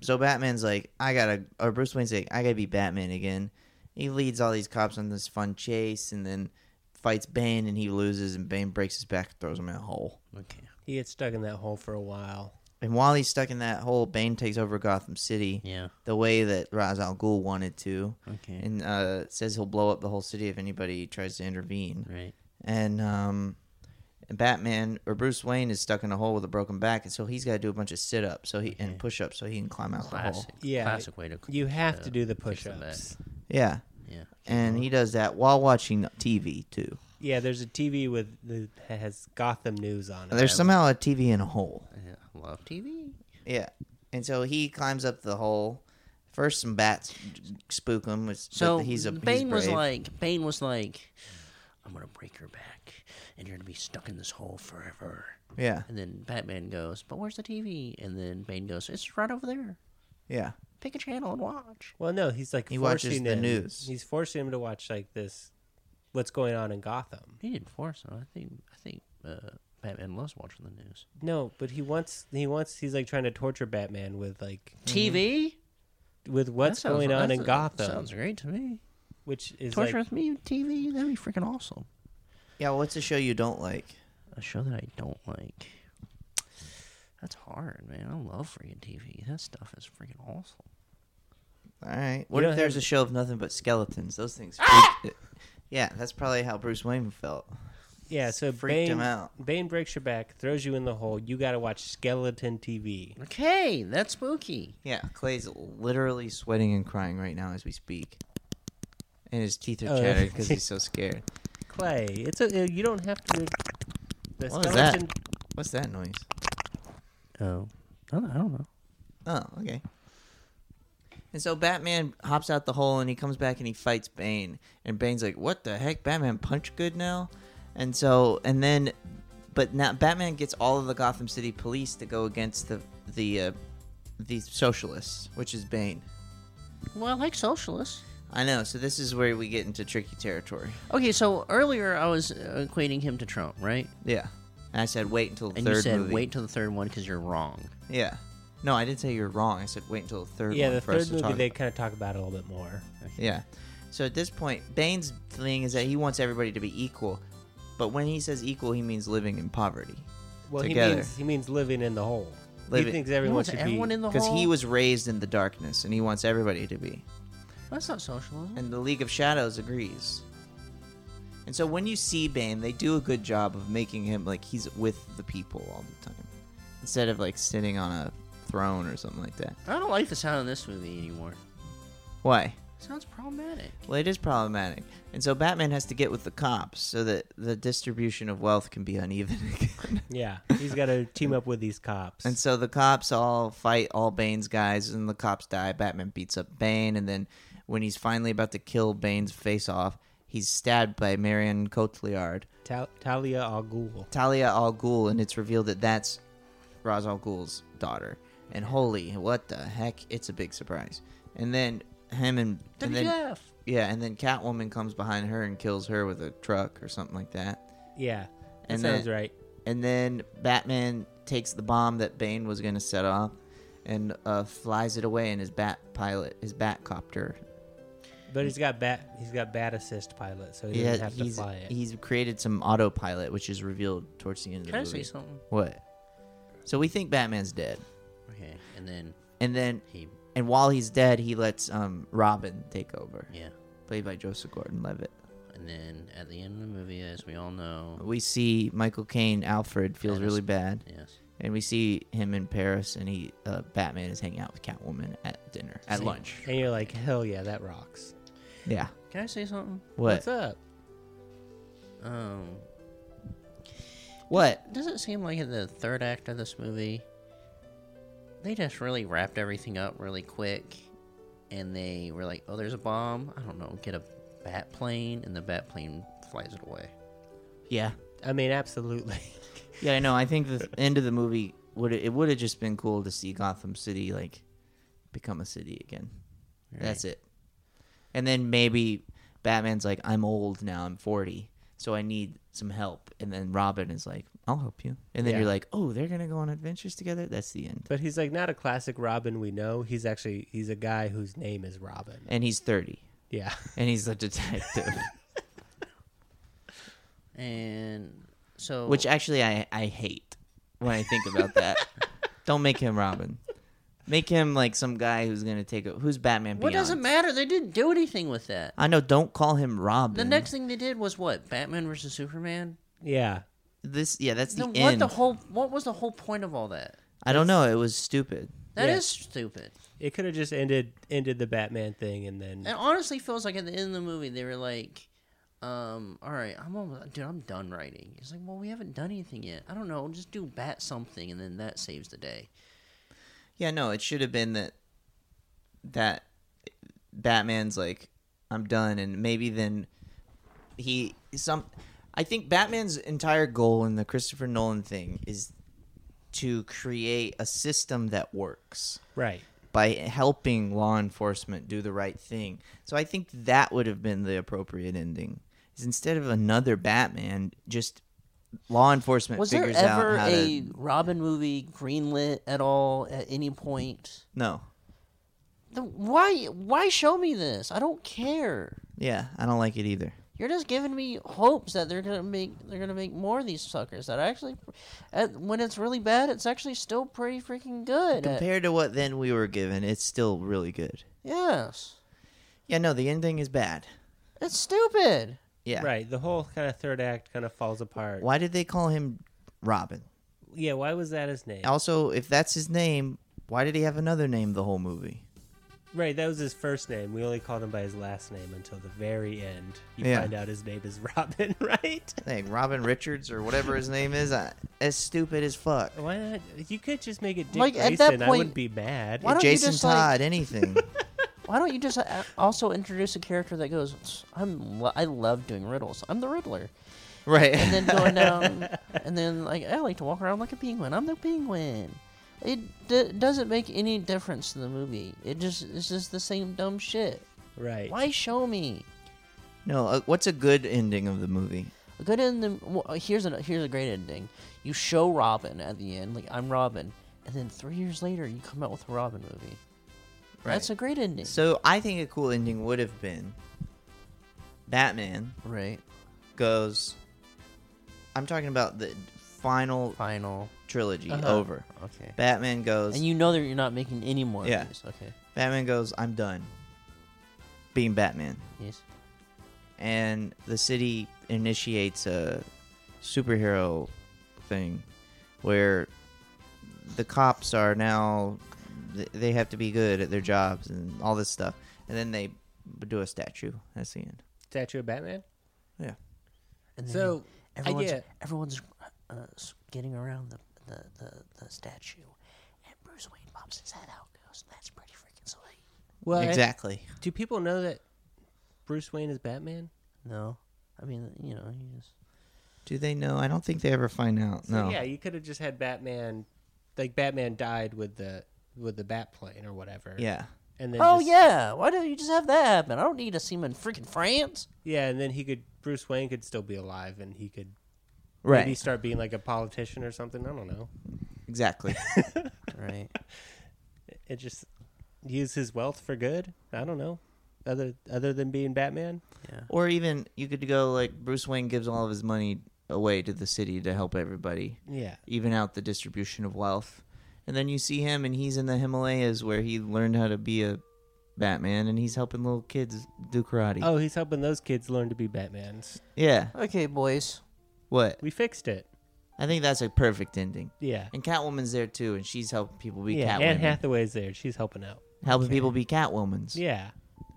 [SPEAKER 3] so Batman's like, I gotta, or Bruce Wayne's like, I gotta be Batman again. He leads all these cops on this fun chase, and then fights Bane, and he loses, and Bane breaks his back, and throws him in a hole.
[SPEAKER 2] Okay.
[SPEAKER 5] He gets stuck in that hole for a while.
[SPEAKER 3] And while he's stuck in that hole, Bane takes over Gotham City.
[SPEAKER 2] Yeah.
[SPEAKER 3] The way that Ra's al Ghul wanted to.
[SPEAKER 2] Okay.
[SPEAKER 3] And uh, says he'll blow up the whole city if anybody tries to intervene.
[SPEAKER 2] Right.
[SPEAKER 3] And um, Batman or Bruce Wayne is stuck in a hole with a broken back, and so he's got to do a bunch of sit ups, so he and push ups, so he can climb out the hole.
[SPEAKER 2] Classic.
[SPEAKER 5] Yeah,
[SPEAKER 2] Classic way to.
[SPEAKER 5] You have
[SPEAKER 2] uh,
[SPEAKER 5] to do the
[SPEAKER 2] fix
[SPEAKER 5] push
[SPEAKER 2] the back.
[SPEAKER 5] ups.
[SPEAKER 3] Yeah.
[SPEAKER 2] Yeah.
[SPEAKER 3] And he does that while watching TV too.
[SPEAKER 5] Yeah, there's a TV with the, that has Gotham news on it.
[SPEAKER 3] There's somehow a TV in a hole.
[SPEAKER 2] Yeah. Love TV.
[SPEAKER 3] Yeah. And so he climbs up the hole. First, some bats spook him. Which,
[SPEAKER 2] So
[SPEAKER 3] but he's a
[SPEAKER 2] Bane
[SPEAKER 3] he's
[SPEAKER 2] was
[SPEAKER 3] brave.
[SPEAKER 2] like, Bane was like, I'm gonna break your back, and you're gonna be stuck in this hole forever.
[SPEAKER 3] yeah,
[SPEAKER 2] And then Batman goes, but where's the TV? And then Bane goes, it's right over there.
[SPEAKER 3] yeah.
[SPEAKER 2] Pick a channel and watch.
[SPEAKER 5] well, no, he's like
[SPEAKER 3] He watches
[SPEAKER 5] forcing
[SPEAKER 3] the
[SPEAKER 5] him-
[SPEAKER 3] news.
[SPEAKER 5] He's forcing him to watch like this, what's going on in Gotham.
[SPEAKER 2] He didn't force him. I think. I think uh, Batman loves watching the news.
[SPEAKER 5] No, but he wants he wants he's like trying to torture Batman with like
[SPEAKER 2] TV.
[SPEAKER 5] with what's
[SPEAKER 2] That sounds-
[SPEAKER 5] going on
[SPEAKER 2] that
[SPEAKER 5] in
[SPEAKER 2] sounds-
[SPEAKER 5] Gotham,
[SPEAKER 2] sounds great to me.
[SPEAKER 5] which is
[SPEAKER 2] Torture
[SPEAKER 5] like
[SPEAKER 2] with me, TV. That'd be freaking awesome.
[SPEAKER 3] Yeah, what's a show you don't like?
[SPEAKER 2] A show that I don't like. That's hard, man. I love freaking TV. That stuff is freaking awesome.
[SPEAKER 3] All right.
[SPEAKER 5] You
[SPEAKER 3] What
[SPEAKER 5] don't
[SPEAKER 3] if there's
[SPEAKER 5] have-
[SPEAKER 3] a show of nothing but skeletons? Those things.
[SPEAKER 2] Ah!
[SPEAKER 3] freak- yeah, that's probably how Bruce Wayne felt.
[SPEAKER 5] yeah. So
[SPEAKER 3] freaked
[SPEAKER 5] Bane,
[SPEAKER 3] him out.
[SPEAKER 5] Bane breaks your back, throws you in the hole. You got to watch skeleton TV.
[SPEAKER 2] Okay, that's spooky.
[SPEAKER 3] Yeah, Clay's literally sweating and crying right now as we speak, and his teeth are
[SPEAKER 5] Oh.
[SPEAKER 3] chattering because he's so scared.
[SPEAKER 5] Clay, it's a you don't have to. The
[SPEAKER 3] What was that? What's that noise?
[SPEAKER 2] Oh, I don't, I don't know.
[SPEAKER 3] Oh, okay. And so Batman hops out the hole and he comes back and he fights Bane. And Bane's like, "What the heck? Batman punch good now?" And so and then but now Batman gets all of the Gotham City police to go against the the uh, the socialists, which is Bane.
[SPEAKER 2] Well, I like socialists.
[SPEAKER 3] I know. So this is where we get into tricky territory.
[SPEAKER 2] Okay, so earlier I was uh, equating him to Trump, right?
[SPEAKER 3] Yeah. And I said wait until the
[SPEAKER 2] And
[SPEAKER 3] third
[SPEAKER 2] you said
[SPEAKER 3] movie.
[SPEAKER 2] wait till the third one because you're wrong.
[SPEAKER 3] Yeah. No, I didn't say you're wrong. I said wait until the third
[SPEAKER 5] Yeah,
[SPEAKER 3] one
[SPEAKER 5] the
[SPEAKER 3] for us
[SPEAKER 5] third
[SPEAKER 3] to talk
[SPEAKER 5] movie they
[SPEAKER 3] about.
[SPEAKER 5] kind of talk about it a little bit more.
[SPEAKER 3] Yeah. So at this point, Bane's thing is that he wants everybody to be equal, but when he says equal, he means living in poverty.
[SPEAKER 5] Well,
[SPEAKER 3] Together.
[SPEAKER 5] he means he means living in the hole.
[SPEAKER 3] Living-
[SPEAKER 5] He thinks
[SPEAKER 2] You know,
[SPEAKER 5] everyone
[SPEAKER 2] it's
[SPEAKER 5] should
[SPEAKER 2] everyone
[SPEAKER 5] be.
[SPEAKER 2] in the
[SPEAKER 3] Because
[SPEAKER 2] whole. Mm-hmm.
[SPEAKER 3] he was raised in the darkness, and he wants everybody to be.
[SPEAKER 2] That's not socialism.
[SPEAKER 3] And the League of Shadows agrees. And so when you see Bane, they do a good job of making him like he's with the people all the time, instead of like sitting on a throne or something like that.
[SPEAKER 2] I don't like the sound of this movie anymore.
[SPEAKER 3] Why?
[SPEAKER 2] It sounds problematic.
[SPEAKER 3] Well, it is problematic, and so Batman has to get with the cops so that the distribution of wealth can be uneven again.
[SPEAKER 5] Yeah, he's got to team up with these cops.
[SPEAKER 3] And so the cops all fight all Bane's guys, and the cops die. Batman beats up Bane, and then when he's finally about to kill Bane's face off, he's stabbed by Marion Cotillard,
[SPEAKER 5] Ta- Talia al Ghul.
[SPEAKER 3] Talia al Ghul, and it's revealed that that's Ra's al Ghul's daughter. And holy, what the heck? It's a big surprise. And then him and, and then
[SPEAKER 2] WTF?
[SPEAKER 3] yeah, and then Catwoman comes behind her and kills her with a truck or something like that.
[SPEAKER 5] Yeah, that
[SPEAKER 3] And
[SPEAKER 5] sounds
[SPEAKER 3] then-
[SPEAKER 5] right.
[SPEAKER 3] And then Batman takes the bomb that Bane was going to set off and uh, flies it away in his bat pilot, his bat copter.
[SPEAKER 5] But he's got bat. He's got bat assist pilot, so he doesn't
[SPEAKER 3] Yeah,
[SPEAKER 5] have to
[SPEAKER 3] he's,
[SPEAKER 5] fly it.
[SPEAKER 3] he's created some autopilot, which is revealed towards the end of the
[SPEAKER 2] Can I say
[SPEAKER 3] movie.
[SPEAKER 2] something?
[SPEAKER 3] What? So we think Batman's dead.
[SPEAKER 2] Okay, and then
[SPEAKER 3] And then,
[SPEAKER 2] he,
[SPEAKER 3] and while he's dead, he lets um, Robin take over,
[SPEAKER 2] yeah,
[SPEAKER 3] played by Joseph Gordon Levitt.
[SPEAKER 2] and then at the end of the movie, as we all know,
[SPEAKER 3] We see Michael Caine, Alfred, feels
[SPEAKER 2] That is-
[SPEAKER 3] really bad.
[SPEAKER 2] yes,
[SPEAKER 3] And we see him in Paris, and he uh, Batman is hanging out with Catwoman at dinner, at lunch.
[SPEAKER 5] and you're like, hell yeah, that rocks.
[SPEAKER 3] Yeah.
[SPEAKER 2] can I say something?
[SPEAKER 3] What?
[SPEAKER 5] What's up?
[SPEAKER 2] Um,
[SPEAKER 3] What?
[SPEAKER 2] does it seem like in the third act of this movie, they just really wrapped everything up really quick, and they were like, "Oh, there's a bomb. I don't know, get a bat plane," and the bat plane flies it away.
[SPEAKER 3] Yeah.
[SPEAKER 5] I mean, absolutely.
[SPEAKER 3] Yeah, I know. I think the th- end of the movie would it would have just been cool to see Gotham City like become a city again. That's it. And then maybe Batman's like, I'm old now, I'm 40, so I need some help. And then Robin is like, I'll help you. And then
[SPEAKER 5] Yeah.
[SPEAKER 3] you're like, oh, they're going to go on adventures together? That's the end.
[SPEAKER 5] But he's like not a classic Robin we know. He's actually he's a guy whose name is Robin.
[SPEAKER 3] And he's 30,
[SPEAKER 5] Yeah.
[SPEAKER 3] and he's a detective.
[SPEAKER 2] And so
[SPEAKER 3] Which actually I, I hate when I think about that. Don't make him Robin. Make him like some guy who's gonna take a who's Batman.
[SPEAKER 2] what
[SPEAKER 3] Beyond.
[SPEAKER 2] doesn't matter? They didn't do anything with that.
[SPEAKER 3] I know. Don't call him Robin.
[SPEAKER 2] The next thing they did was what? Batman versus Superman.
[SPEAKER 5] Yeah.
[SPEAKER 3] this yeah, that's the,
[SPEAKER 2] Then
[SPEAKER 3] end.
[SPEAKER 2] what the whole? What was the whole point of all that?
[SPEAKER 3] I don't know. It was stupid.
[SPEAKER 2] That is
[SPEAKER 5] Yeah.
[SPEAKER 2] stupid.
[SPEAKER 5] It could have just ended ended the Batman thing and then
[SPEAKER 2] It honestly feels like at the end of the movie they were like, um, "All right, I'm almost, dude, I'm done writing." It's like, well, we haven't done anything yet. I don't know. Just do bat something, and then that saves the day.
[SPEAKER 3] Yeah, no. It should have been that that Batman's like I'm done, and maybe then he some. I think Batman's entire goal in the Christopher Nolan thing is to create a system that works.
[SPEAKER 5] right.
[SPEAKER 3] by helping law enforcement do the right thing. So I think that would have been the appropriate ending. Is instead of another Batman, just law enforcement
[SPEAKER 2] Was there
[SPEAKER 3] figures
[SPEAKER 2] ever
[SPEAKER 3] out how
[SPEAKER 2] a
[SPEAKER 3] to.
[SPEAKER 2] Robin movie greenlit at all at any point?
[SPEAKER 3] No,
[SPEAKER 2] The, why? Why show me this? I don't care.
[SPEAKER 3] yeah, I don't like it either.
[SPEAKER 2] You're just giving me hopes that they're gonna make they're gonna make more of these suckers that actually, at, when it's really bad, it's actually still pretty freaking good. at-
[SPEAKER 3] Compared to what then we were given, it's still really good.
[SPEAKER 2] yes,
[SPEAKER 3] Yeah, no, the ending is bad.
[SPEAKER 2] it's stupid.
[SPEAKER 3] Yeah,
[SPEAKER 5] Right. The whole kind of third act kind of falls apart.
[SPEAKER 3] Why did they call him Robin?
[SPEAKER 5] Yeah, why was that his name?
[SPEAKER 3] Also, if that's his name, why did he have another name the whole movie?
[SPEAKER 5] Right, that was his first name. We only called him by his last name until the very end. You
[SPEAKER 3] Yeah.
[SPEAKER 5] find out his name is Robin, right?
[SPEAKER 3] Like Robin Richards or whatever his name is, I, as stupid as fuck.
[SPEAKER 5] Why not? You could just make it Dick
[SPEAKER 2] Like, at that
[SPEAKER 5] Grayson. I
[SPEAKER 2] point-
[SPEAKER 5] wouldn't be mad.
[SPEAKER 2] Why don't you
[SPEAKER 3] Jason
[SPEAKER 2] just, like-
[SPEAKER 3] Todd, anything.
[SPEAKER 2] Why don't you just uh, also introduce a character that goes, "I'm lo- I love doing riddles. I'm the Riddler,"
[SPEAKER 3] Right.
[SPEAKER 2] and then going down, and then like I like to walk around like a penguin. I'm the penguin. It d- doesn't make any difference to the movie. It just it's just the same dumb shit.
[SPEAKER 5] right.
[SPEAKER 2] Why show me?
[SPEAKER 3] no, uh, what's a good ending of the movie?
[SPEAKER 2] A good ending. Well, uh, here's a here's a great ending. You show Robin at the end, like I'm Robin, and then three years later you come out with a Robin movie. That's a great ending.
[SPEAKER 3] So I think a cool ending would have been Batman
[SPEAKER 2] right.
[SPEAKER 3] goes. I'm talking about the final
[SPEAKER 2] Final.
[SPEAKER 3] trilogy
[SPEAKER 2] Uh-huh.
[SPEAKER 3] over.
[SPEAKER 2] Okay.
[SPEAKER 3] Batman goes.
[SPEAKER 2] And you know that you're not making any more
[SPEAKER 3] Yeah.
[SPEAKER 2] of these. Okay.
[SPEAKER 3] Batman goes. I'm done being Batman,
[SPEAKER 2] Yes.
[SPEAKER 3] and the city initiates a superhero thing where the cops are now th- they have to be good at their jobs and all this stuff and then they do a statue that's the end
[SPEAKER 5] Statue of Batman?
[SPEAKER 2] Mm-hmm.
[SPEAKER 3] yeah
[SPEAKER 2] And then
[SPEAKER 5] So, I
[SPEAKER 2] everyone's,
[SPEAKER 5] get-
[SPEAKER 2] everyone's uh, s- getting around the, the, the, the statue, and Bruce Wayne pops his head out. and Goes, that's pretty freaking sweet.
[SPEAKER 5] Well, I-
[SPEAKER 3] exactly
[SPEAKER 5] do people know that Bruce Wayne is Batman?
[SPEAKER 2] No, I mean you know you just
[SPEAKER 3] do they know i don't think they ever find out
[SPEAKER 5] So,
[SPEAKER 3] no
[SPEAKER 5] Yeah, you could have just had Batman, like Batman died with the with the bat plane or whatever.
[SPEAKER 3] yeah
[SPEAKER 5] And then
[SPEAKER 2] Oh
[SPEAKER 5] just-
[SPEAKER 2] yeah, why don't you just have that happen? I don't need to see him in freaking France.
[SPEAKER 5] yeah, and then he could Bruce Wayne could still be alive and he could
[SPEAKER 3] right
[SPEAKER 5] maybe start being like a politician or something. I don't know.
[SPEAKER 3] exactly
[SPEAKER 2] Right.
[SPEAKER 5] It just use his wealth for good. I don't know. Other other than being Batman,
[SPEAKER 3] or even you could go like bruce wayne gives all of his money away to the city to help everybody
[SPEAKER 5] yeah,
[SPEAKER 3] even out the distribution of wealth. And then you see him, and he's in the Himalayas where he learned how to be a Batman, and he's helping little kids do karate.
[SPEAKER 5] Oh, he's helping those kids learn to be Batmans.
[SPEAKER 3] yeah.
[SPEAKER 2] Okay, boys.
[SPEAKER 3] What?
[SPEAKER 5] We fixed it.
[SPEAKER 3] I think that's a perfect ending.
[SPEAKER 5] Yeah.
[SPEAKER 3] And Catwoman's there too, and she's helping people be
[SPEAKER 5] yeah, Anne
[SPEAKER 3] Catwoman.
[SPEAKER 5] Hathaway's there. She's helping out.
[SPEAKER 3] helping people be Catwomans.
[SPEAKER 5] Yeah.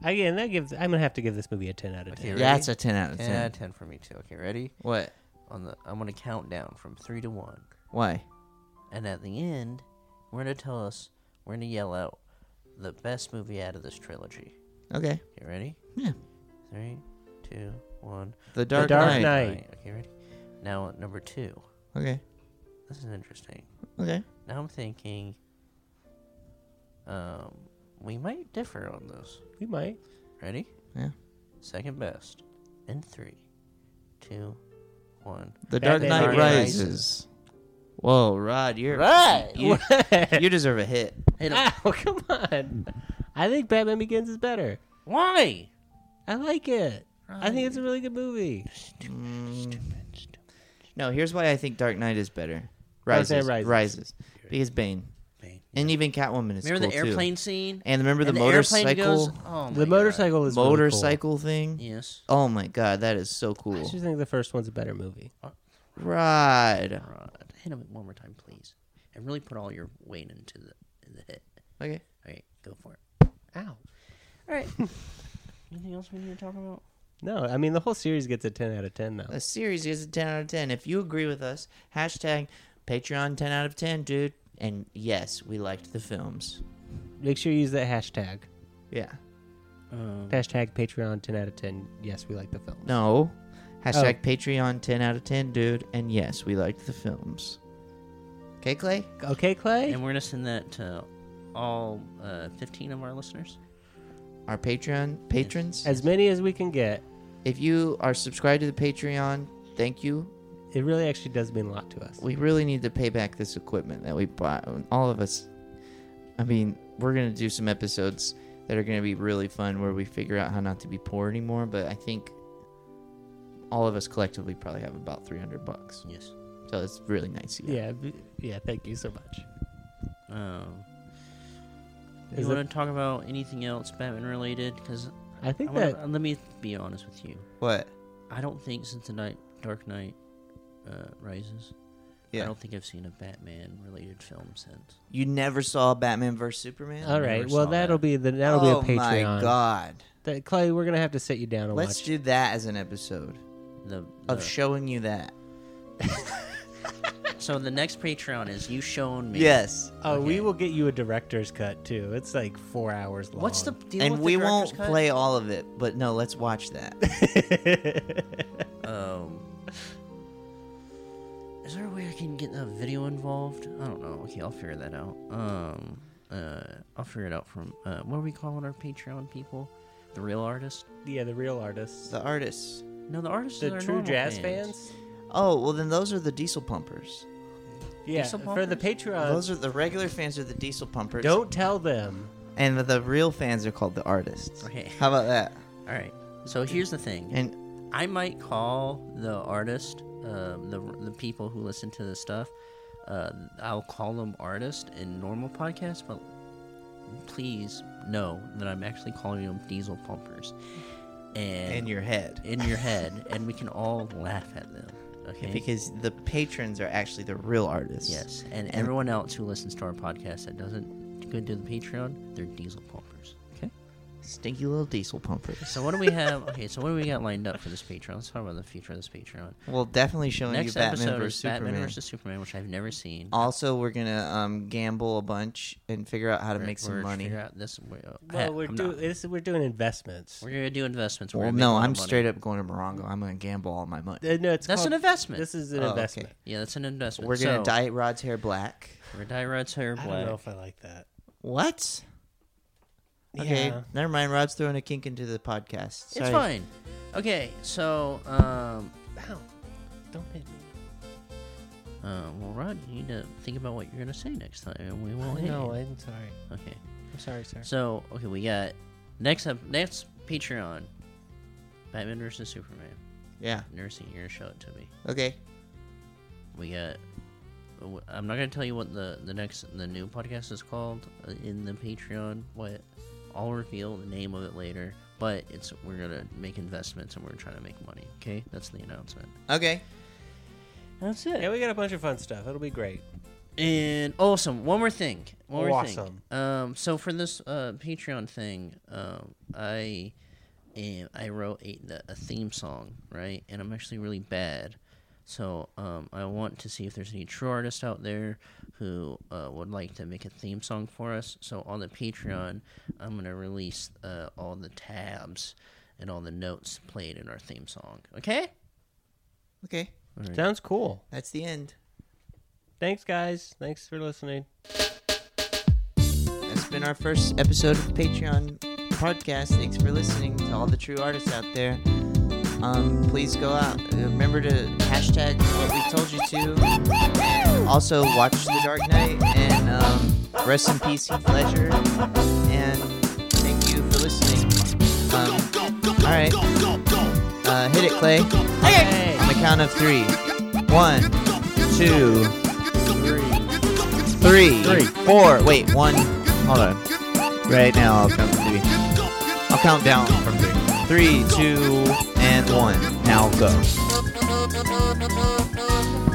[SPEAKER 5] Again, that gives. I'm gonna have to give this movie a ten out of ten.
[SPEAKER 2] Okay,
[SPEAKER 3] Yeah, that's a 10 out of 10.
[SPEAKER 2] Yeah, ten for me too. Okay, ready?
[SPEAKER 3] What?
[SPEAKER 2] On the I'm gonna count down from three to one,
[SPEAKER 3] Why?
[SPEAKER 2] and at the end, we're gonna tell us we're gonna yell out the best movie out of this trilogy.
[SPEAKER 3] Okay.
[SPEAKER 2] Okay, ready?
[SPEAKER 3] Yeah.
[SPEAKER 2] Three, two, one.
[SPEAKER 3] The Dark,
[SPEAKER 5] Dark
[SPEAKER 3] Knight.
[SPEAKER 5] Knight.
[SPEAKER 2] Alright, Okay, ready? Now at number two.
[SPEAKER 3] Okay.
[SPEAKER 2] This is interesting.
[SPEAKER 3] Okay.
[SPEAKER 2] Now I'm thinking, um, we might differ on this.
[SPEAKER 5] We might.
[SPEAKER 2] Ready?
[SPEAKER 3] Yeah.
[SPEAKER 2] second best. In three, two, one.
[SPEAKER 3] The Dark
[SPEAKER 5] Batman
[SPEAKER 3] Knight
[SPEAKER 5] Rises.
[SPEAKER 3] Rises. Whoa, Rod, you're
[SPEAKER 2] Right.
[SPEAKER 3] You, you deserve a hit.
[SPEAKER 5] Ow, come on. I think Batman Begins is better.
[SPEAKER 2] Why?
[SPEAKER 5] I like it. I think it's a really good movie.
[SPEAKER 3] No, here's why I think Dark Knight is better. Rises,
[SPEAKER 5] Knight
[SPEAKER 3] rises,
[SPEAKER 5] Rises.
[SPEAKER 3] because Bane,
[SPEAKER 2] Bane,
[SPEAKER 3] and even Catwoman is
[SPEAKER 2] Remember the
[SPEAKER 3] cool, too.
[SPEAKER 2] airplane scene?
[SPEAKER 3] and remember the
[SPEAKER 2] And
[SPEAKER 3] motorcycle,
[SPEAKER 2] airplane goes- oh my
[SPEAKER 5] The
[SPEAKER 2] God.
[SPEAKER 5] motorcycle is really cool.
[SPEAKER 3] motorcycle thing.
[SPEAKER 2] Yes.
[SPEAKER 3] Oh my god, that is so cool.
[SPEAKER 5] I just think the first one's a better movie.
[SPEAKER 3] Ride.
[SPEAKER 2] Rod, hit him one more time, please. And really put all your weight into the in the hit.
[SPEAKER 3] Okay.
[SPEAKER 2] All right, go for it.
[SPEAKER 5] Ow.
[SPEAKER 2] All right. Anything else we need to talk about?
[SPEAKER 5] No, I mean the whole series gets a ten out of ten though.
[SPEAKER 3] The series is a 10 out of 10. If you agree with us, hashtag Patreon 10 out of 10, dude. And yes, we liked the films.
[SPEAKER 5] Make sure you use that hashtag.
[SPEAKER 3] Yeah. Um,
[SPEAKER 5] Hashtag Patreon ten out of ten. Yes, we like the film.
[SPEAKER 3] No. Hashtag
[SPEAKER 5] Oh.
[SPEAKER 3] Patreon 10 out of 10, dude. And yes, we liked the films. Okay, Clay?
[SPEAKER 5] Okay, Clay.
[SPEAKER 2] And we're gonna send that to all uh, 15 of our listeners.
[SPEAKER 3] Our Patreon patrons.
[SPEAKER 5] As many as we can get.
[SPEAKER 3] If you are subscribed to the Patreon, thank you.
[SPEAKER 5] It really actually does mean a lot to us.
[SPEAKER 3] We really need to pay back this equipment that we bought. All of us. I mean, we're going to do some episodes that are going to be really fun where we figure out how not to be poor anymore, but I think all of us collectively probably have about 300 bucks.
[SPEAKER 2] Yes.
[SPEAKER 3] So it's really nice. of you.
[SPEAKER 5] Yeah, b- yeah. Thank you so much.
[SPEAKER 2] Um,
[SPEAKER 5] Is
[SPEAKER 2] you want
[SPEAKER 5] it-
[SPEAKER 2] to talk about anything else Batman related? Because
[SPEAKER 5] I think that
[SPEAKER 2] let me be honest with you.
[SPEAKER 3] What?
[SPEAKER 2] I don't think since the night Dark Knight uh, Rises, I
[SPEAKER 3] Yeah.
[SPEAKER 2] don't think I've seen a Batman related film since.
[SPEAKER 3] You never saw Batman vs Superman?
[SPEAKER 5] All right.
[SPEAKER 2] never
[SPEAKER 5] Well,
[SPEAKER 2] saw
[SPEAKER 5] that'll
[SPEAKER 2] that.
[SPEAKER 5] be the that'll
[SPEAKER 3] oh
[SPEAKER 5] be a Patreon.
[SPEAKER 3] my god.
[SPEAKER 5] That- Clay, we're gonna have to sit you down and
[SPEAKER 3] Let's
[SPEAKER 5] watch.
[SPEAKER 3] do that as an episode
[SPEAKER 2] The,
[SPEAKER 3] of
[SPEAKER 2] the-
[SPEAKER 3] showing you that.
[SPEAKER 2] so the next Patreon is you shown me.
[SPEAKER 3] Yes.
[SPEAKER 5] oh,
[SPEAKER 2] okay.
[SPEAKER 5] we will get you a director's cut too. It's like four hours long.
[SPEAKER 2] What's the deal
[SPEAKER 3] and
[SPEAKER 2] with
[SPEAKER 3] we
[SPEAKER 2] the director's
[SPEAKER 3] won't
[SPEAKER 2] cut?
[SPEAKER 3] play all of it, but no, let's watch that.
[SPEAKER 2] Um, is there a way I can get a video involved? I don't know. Okay, I'll figure that out. Um, uh, I'll figure it out from uh, what are we calling our Patreon people? The real artist?
[SPEAKER 5] yeah the real artists,
[SPEAKER 3] the artists.
[SPEAKER 2] No, the artists.
[SPEAKER 5] the
[SPEAKER 2] are
[SPEAKER 5] true
[SPEAKER 2] normal
[SPEAKER 5] jazz
[SPEAKER 2] fans.
[SPEAKER 5] fans?
[SPEAKER 3] Oh, well then those are the diesel pumpers.
[SPEAKER 5] Yeah,
[SPEAKER 2] Diesel
[SPEAKER 5] for the
[SPEAKER 2] Uh,
[SPEAKER 5] Patreon.
[SPEAKER 3] those are the regular fans are the diesel pumpers.
[SPEAKER 5] don't tell them.
[SPEAKER 3] And the real fans are called the artists.
[SPEAKER 2] Okay.
[SPEAKER 3] How about that?
[SPEAKER 2] All right. So here's the thing.
[SPEAKER 3] And
[SPEAKER 2] I might call the artist, um, the the people who listen to this stuff. Uh, I'll call them artist in normal podcasts, but please know that I'm actually calling them diesel pumpers. And
[SPEAKER 3] in your head.
[SPEAKER 2] in your head, and we can all laugh at them. Okay.
[SPEAKER 3] Because the patrons are actually the real artists.
[SPEAKER 2] yes, and everyone else who listens to our podcast that doesn't go to the Patreon, they're diesel pumpers. Okay.
[SPEAKER 3] Stinky little diesel pumpers.
[SPEAKER 2] So what do we have? okay, so what do we got lined up for this Patreon? Let's talk about the future of this Patreon.
[SPEAKER 3] Well, definitely showing
[SPEAKER 2] Next
[SPEAKER 3] you Batman
[SPEAKER 2] episode
[SPEAKER 3] versus
[SPEAKER 2] is Batman
[SPEAKER 3] Superman.
[SPEAKER 2] versus Superman, which I've never seen.
[SPEAKER 3] Also, we're gonna um, gamble a bunch and figure out how to make some
[SPEAKER 2] We're-
[SPEAKER 3] money.
[SPEAKER 2] figure out this- we- uh,
[SPEAKER 5] Well,
[SPEAKER 2] Pat,
[SPEAKER 5] we're
[SPEAKER 2] I'm
[SPEAKER 5] doing
[SPEAKER 2] not.
[SPEAKER 5] this. We're doing investments.
[SPEAKER 2] We're gonna do investments. We're
[SPEAKER 3] Well,
[SPEAKER 2] gonna make a
[SPEAKER 3] no,
[SPEAKER 2] lot of
[SPEAKER 3] I'm
[SPEAKER 2] money.
[SPEAKER 3] straight up going to Morongo. I'm gonna gamble all my money.
[SPEAKER 5] Uh, no, it's
[SPEAKER 2] That's an
[SPEAKER 5] called-
[SPEAKER 2] investment.
[SPEAKER 5] This is an
[SPEAKER 3] Oh, okay.
[SPEAKER 5] investment.
[SPEAKER 2] Yeah, that's an investment.
[SPEAKER 3] We're gonna
[SPEAKER 2] So,
[SPEAKER 3] dye Rod's hair black.
[SPEAKER 2] We're gonna dye Rod's hair
[SPEAKER 5] I don't know
[SPEAKER 2] black.
[SPEAKER 5] if I like that.
[SPEAKER 3] What? Okay,
[SPEAKER 5] Yeah.
[SPEAKER 3] never mind. Rod's throwing a kink into the podcast.
[SPEAKER 2] It's
[SPEAKER 3] Sorry.
[SPEAKER 2] fine. Okay, so um,
[SPEAKER 5] Ow. Don't hit me.
[SPEAKER 2] uh, well, Rod, you need to think about what you're gonna say next time, and we
[SPEAKER 5] Oh,
[SPEAKER 2] won't hit
[SPEAKER 5] no,
[SPEAKER 2] you.
[SPEAKER 5] I'm sorry.
[SPEAKER 2] Okay.
[SPEAKER 5] I'm sorry, sir.
[SPEAKER 2] So okay, we got next up next Patreon, Batman versus Superman.
[SPEAKER 3] Yeah.
[SPEAKER 2] Never seen. it, You're gonna show it to me.
[SPEAKER 3] Okay.
[SPEAKER 2] We got. w- I'm not gonna tell you what the the next the new podcast is called uh, in the Patreon. What I'll reveal the name of it later. But it's we're gonna make investments and we're trying to make money. Okay, that's the announcement.
[SPEAKER 3] Okay.
[SPEAKER 2] That's it.
[SPEAKER 5] Yeah, we got a bunch of fun stuff. It'll be great.
[SPEAKER 2] And awesome. One more thing. One more
[SPEAKER 5] Awesome.
[SPEAKER 2] thing. Um, so for this uh, Patreon thing, um, I am, I wrote a, the- a theme song, right? And I'm actually really bad. So um, I want to see if there's any true artists out there who uh, would like to make a theme song for us. So on the Patreon, I'm gonna release uh, all the tabs and all the notes played in our theme song. Okay.
[SPEAKER 3] Okay.
[SPEAKER 5] Sounds cool.
[SPEAKER 3] That's the end.
[SPEAKER 5] Thanks, guys. Thanks for listening.
[SPEAKER 3] That's been our first episode of Patreon podcast. Thanks for listening to all the true artists out there. Um, please go out. Remember to hashtag what we told you to. Also, watch The Dark Knight and um, rest in peace, Heath Ledger. And thank you for listening. Um, all right, uh, hit it, Clay. Okay. On the count of three. One, two, three,
[SPEAKER 2] Three.
[SPEAKER 3] four. Wait, one. Hold on. Right now, I'll count three. I'll count down from three. Three, two, and one. Now go.
[SPEAKER 7] Go.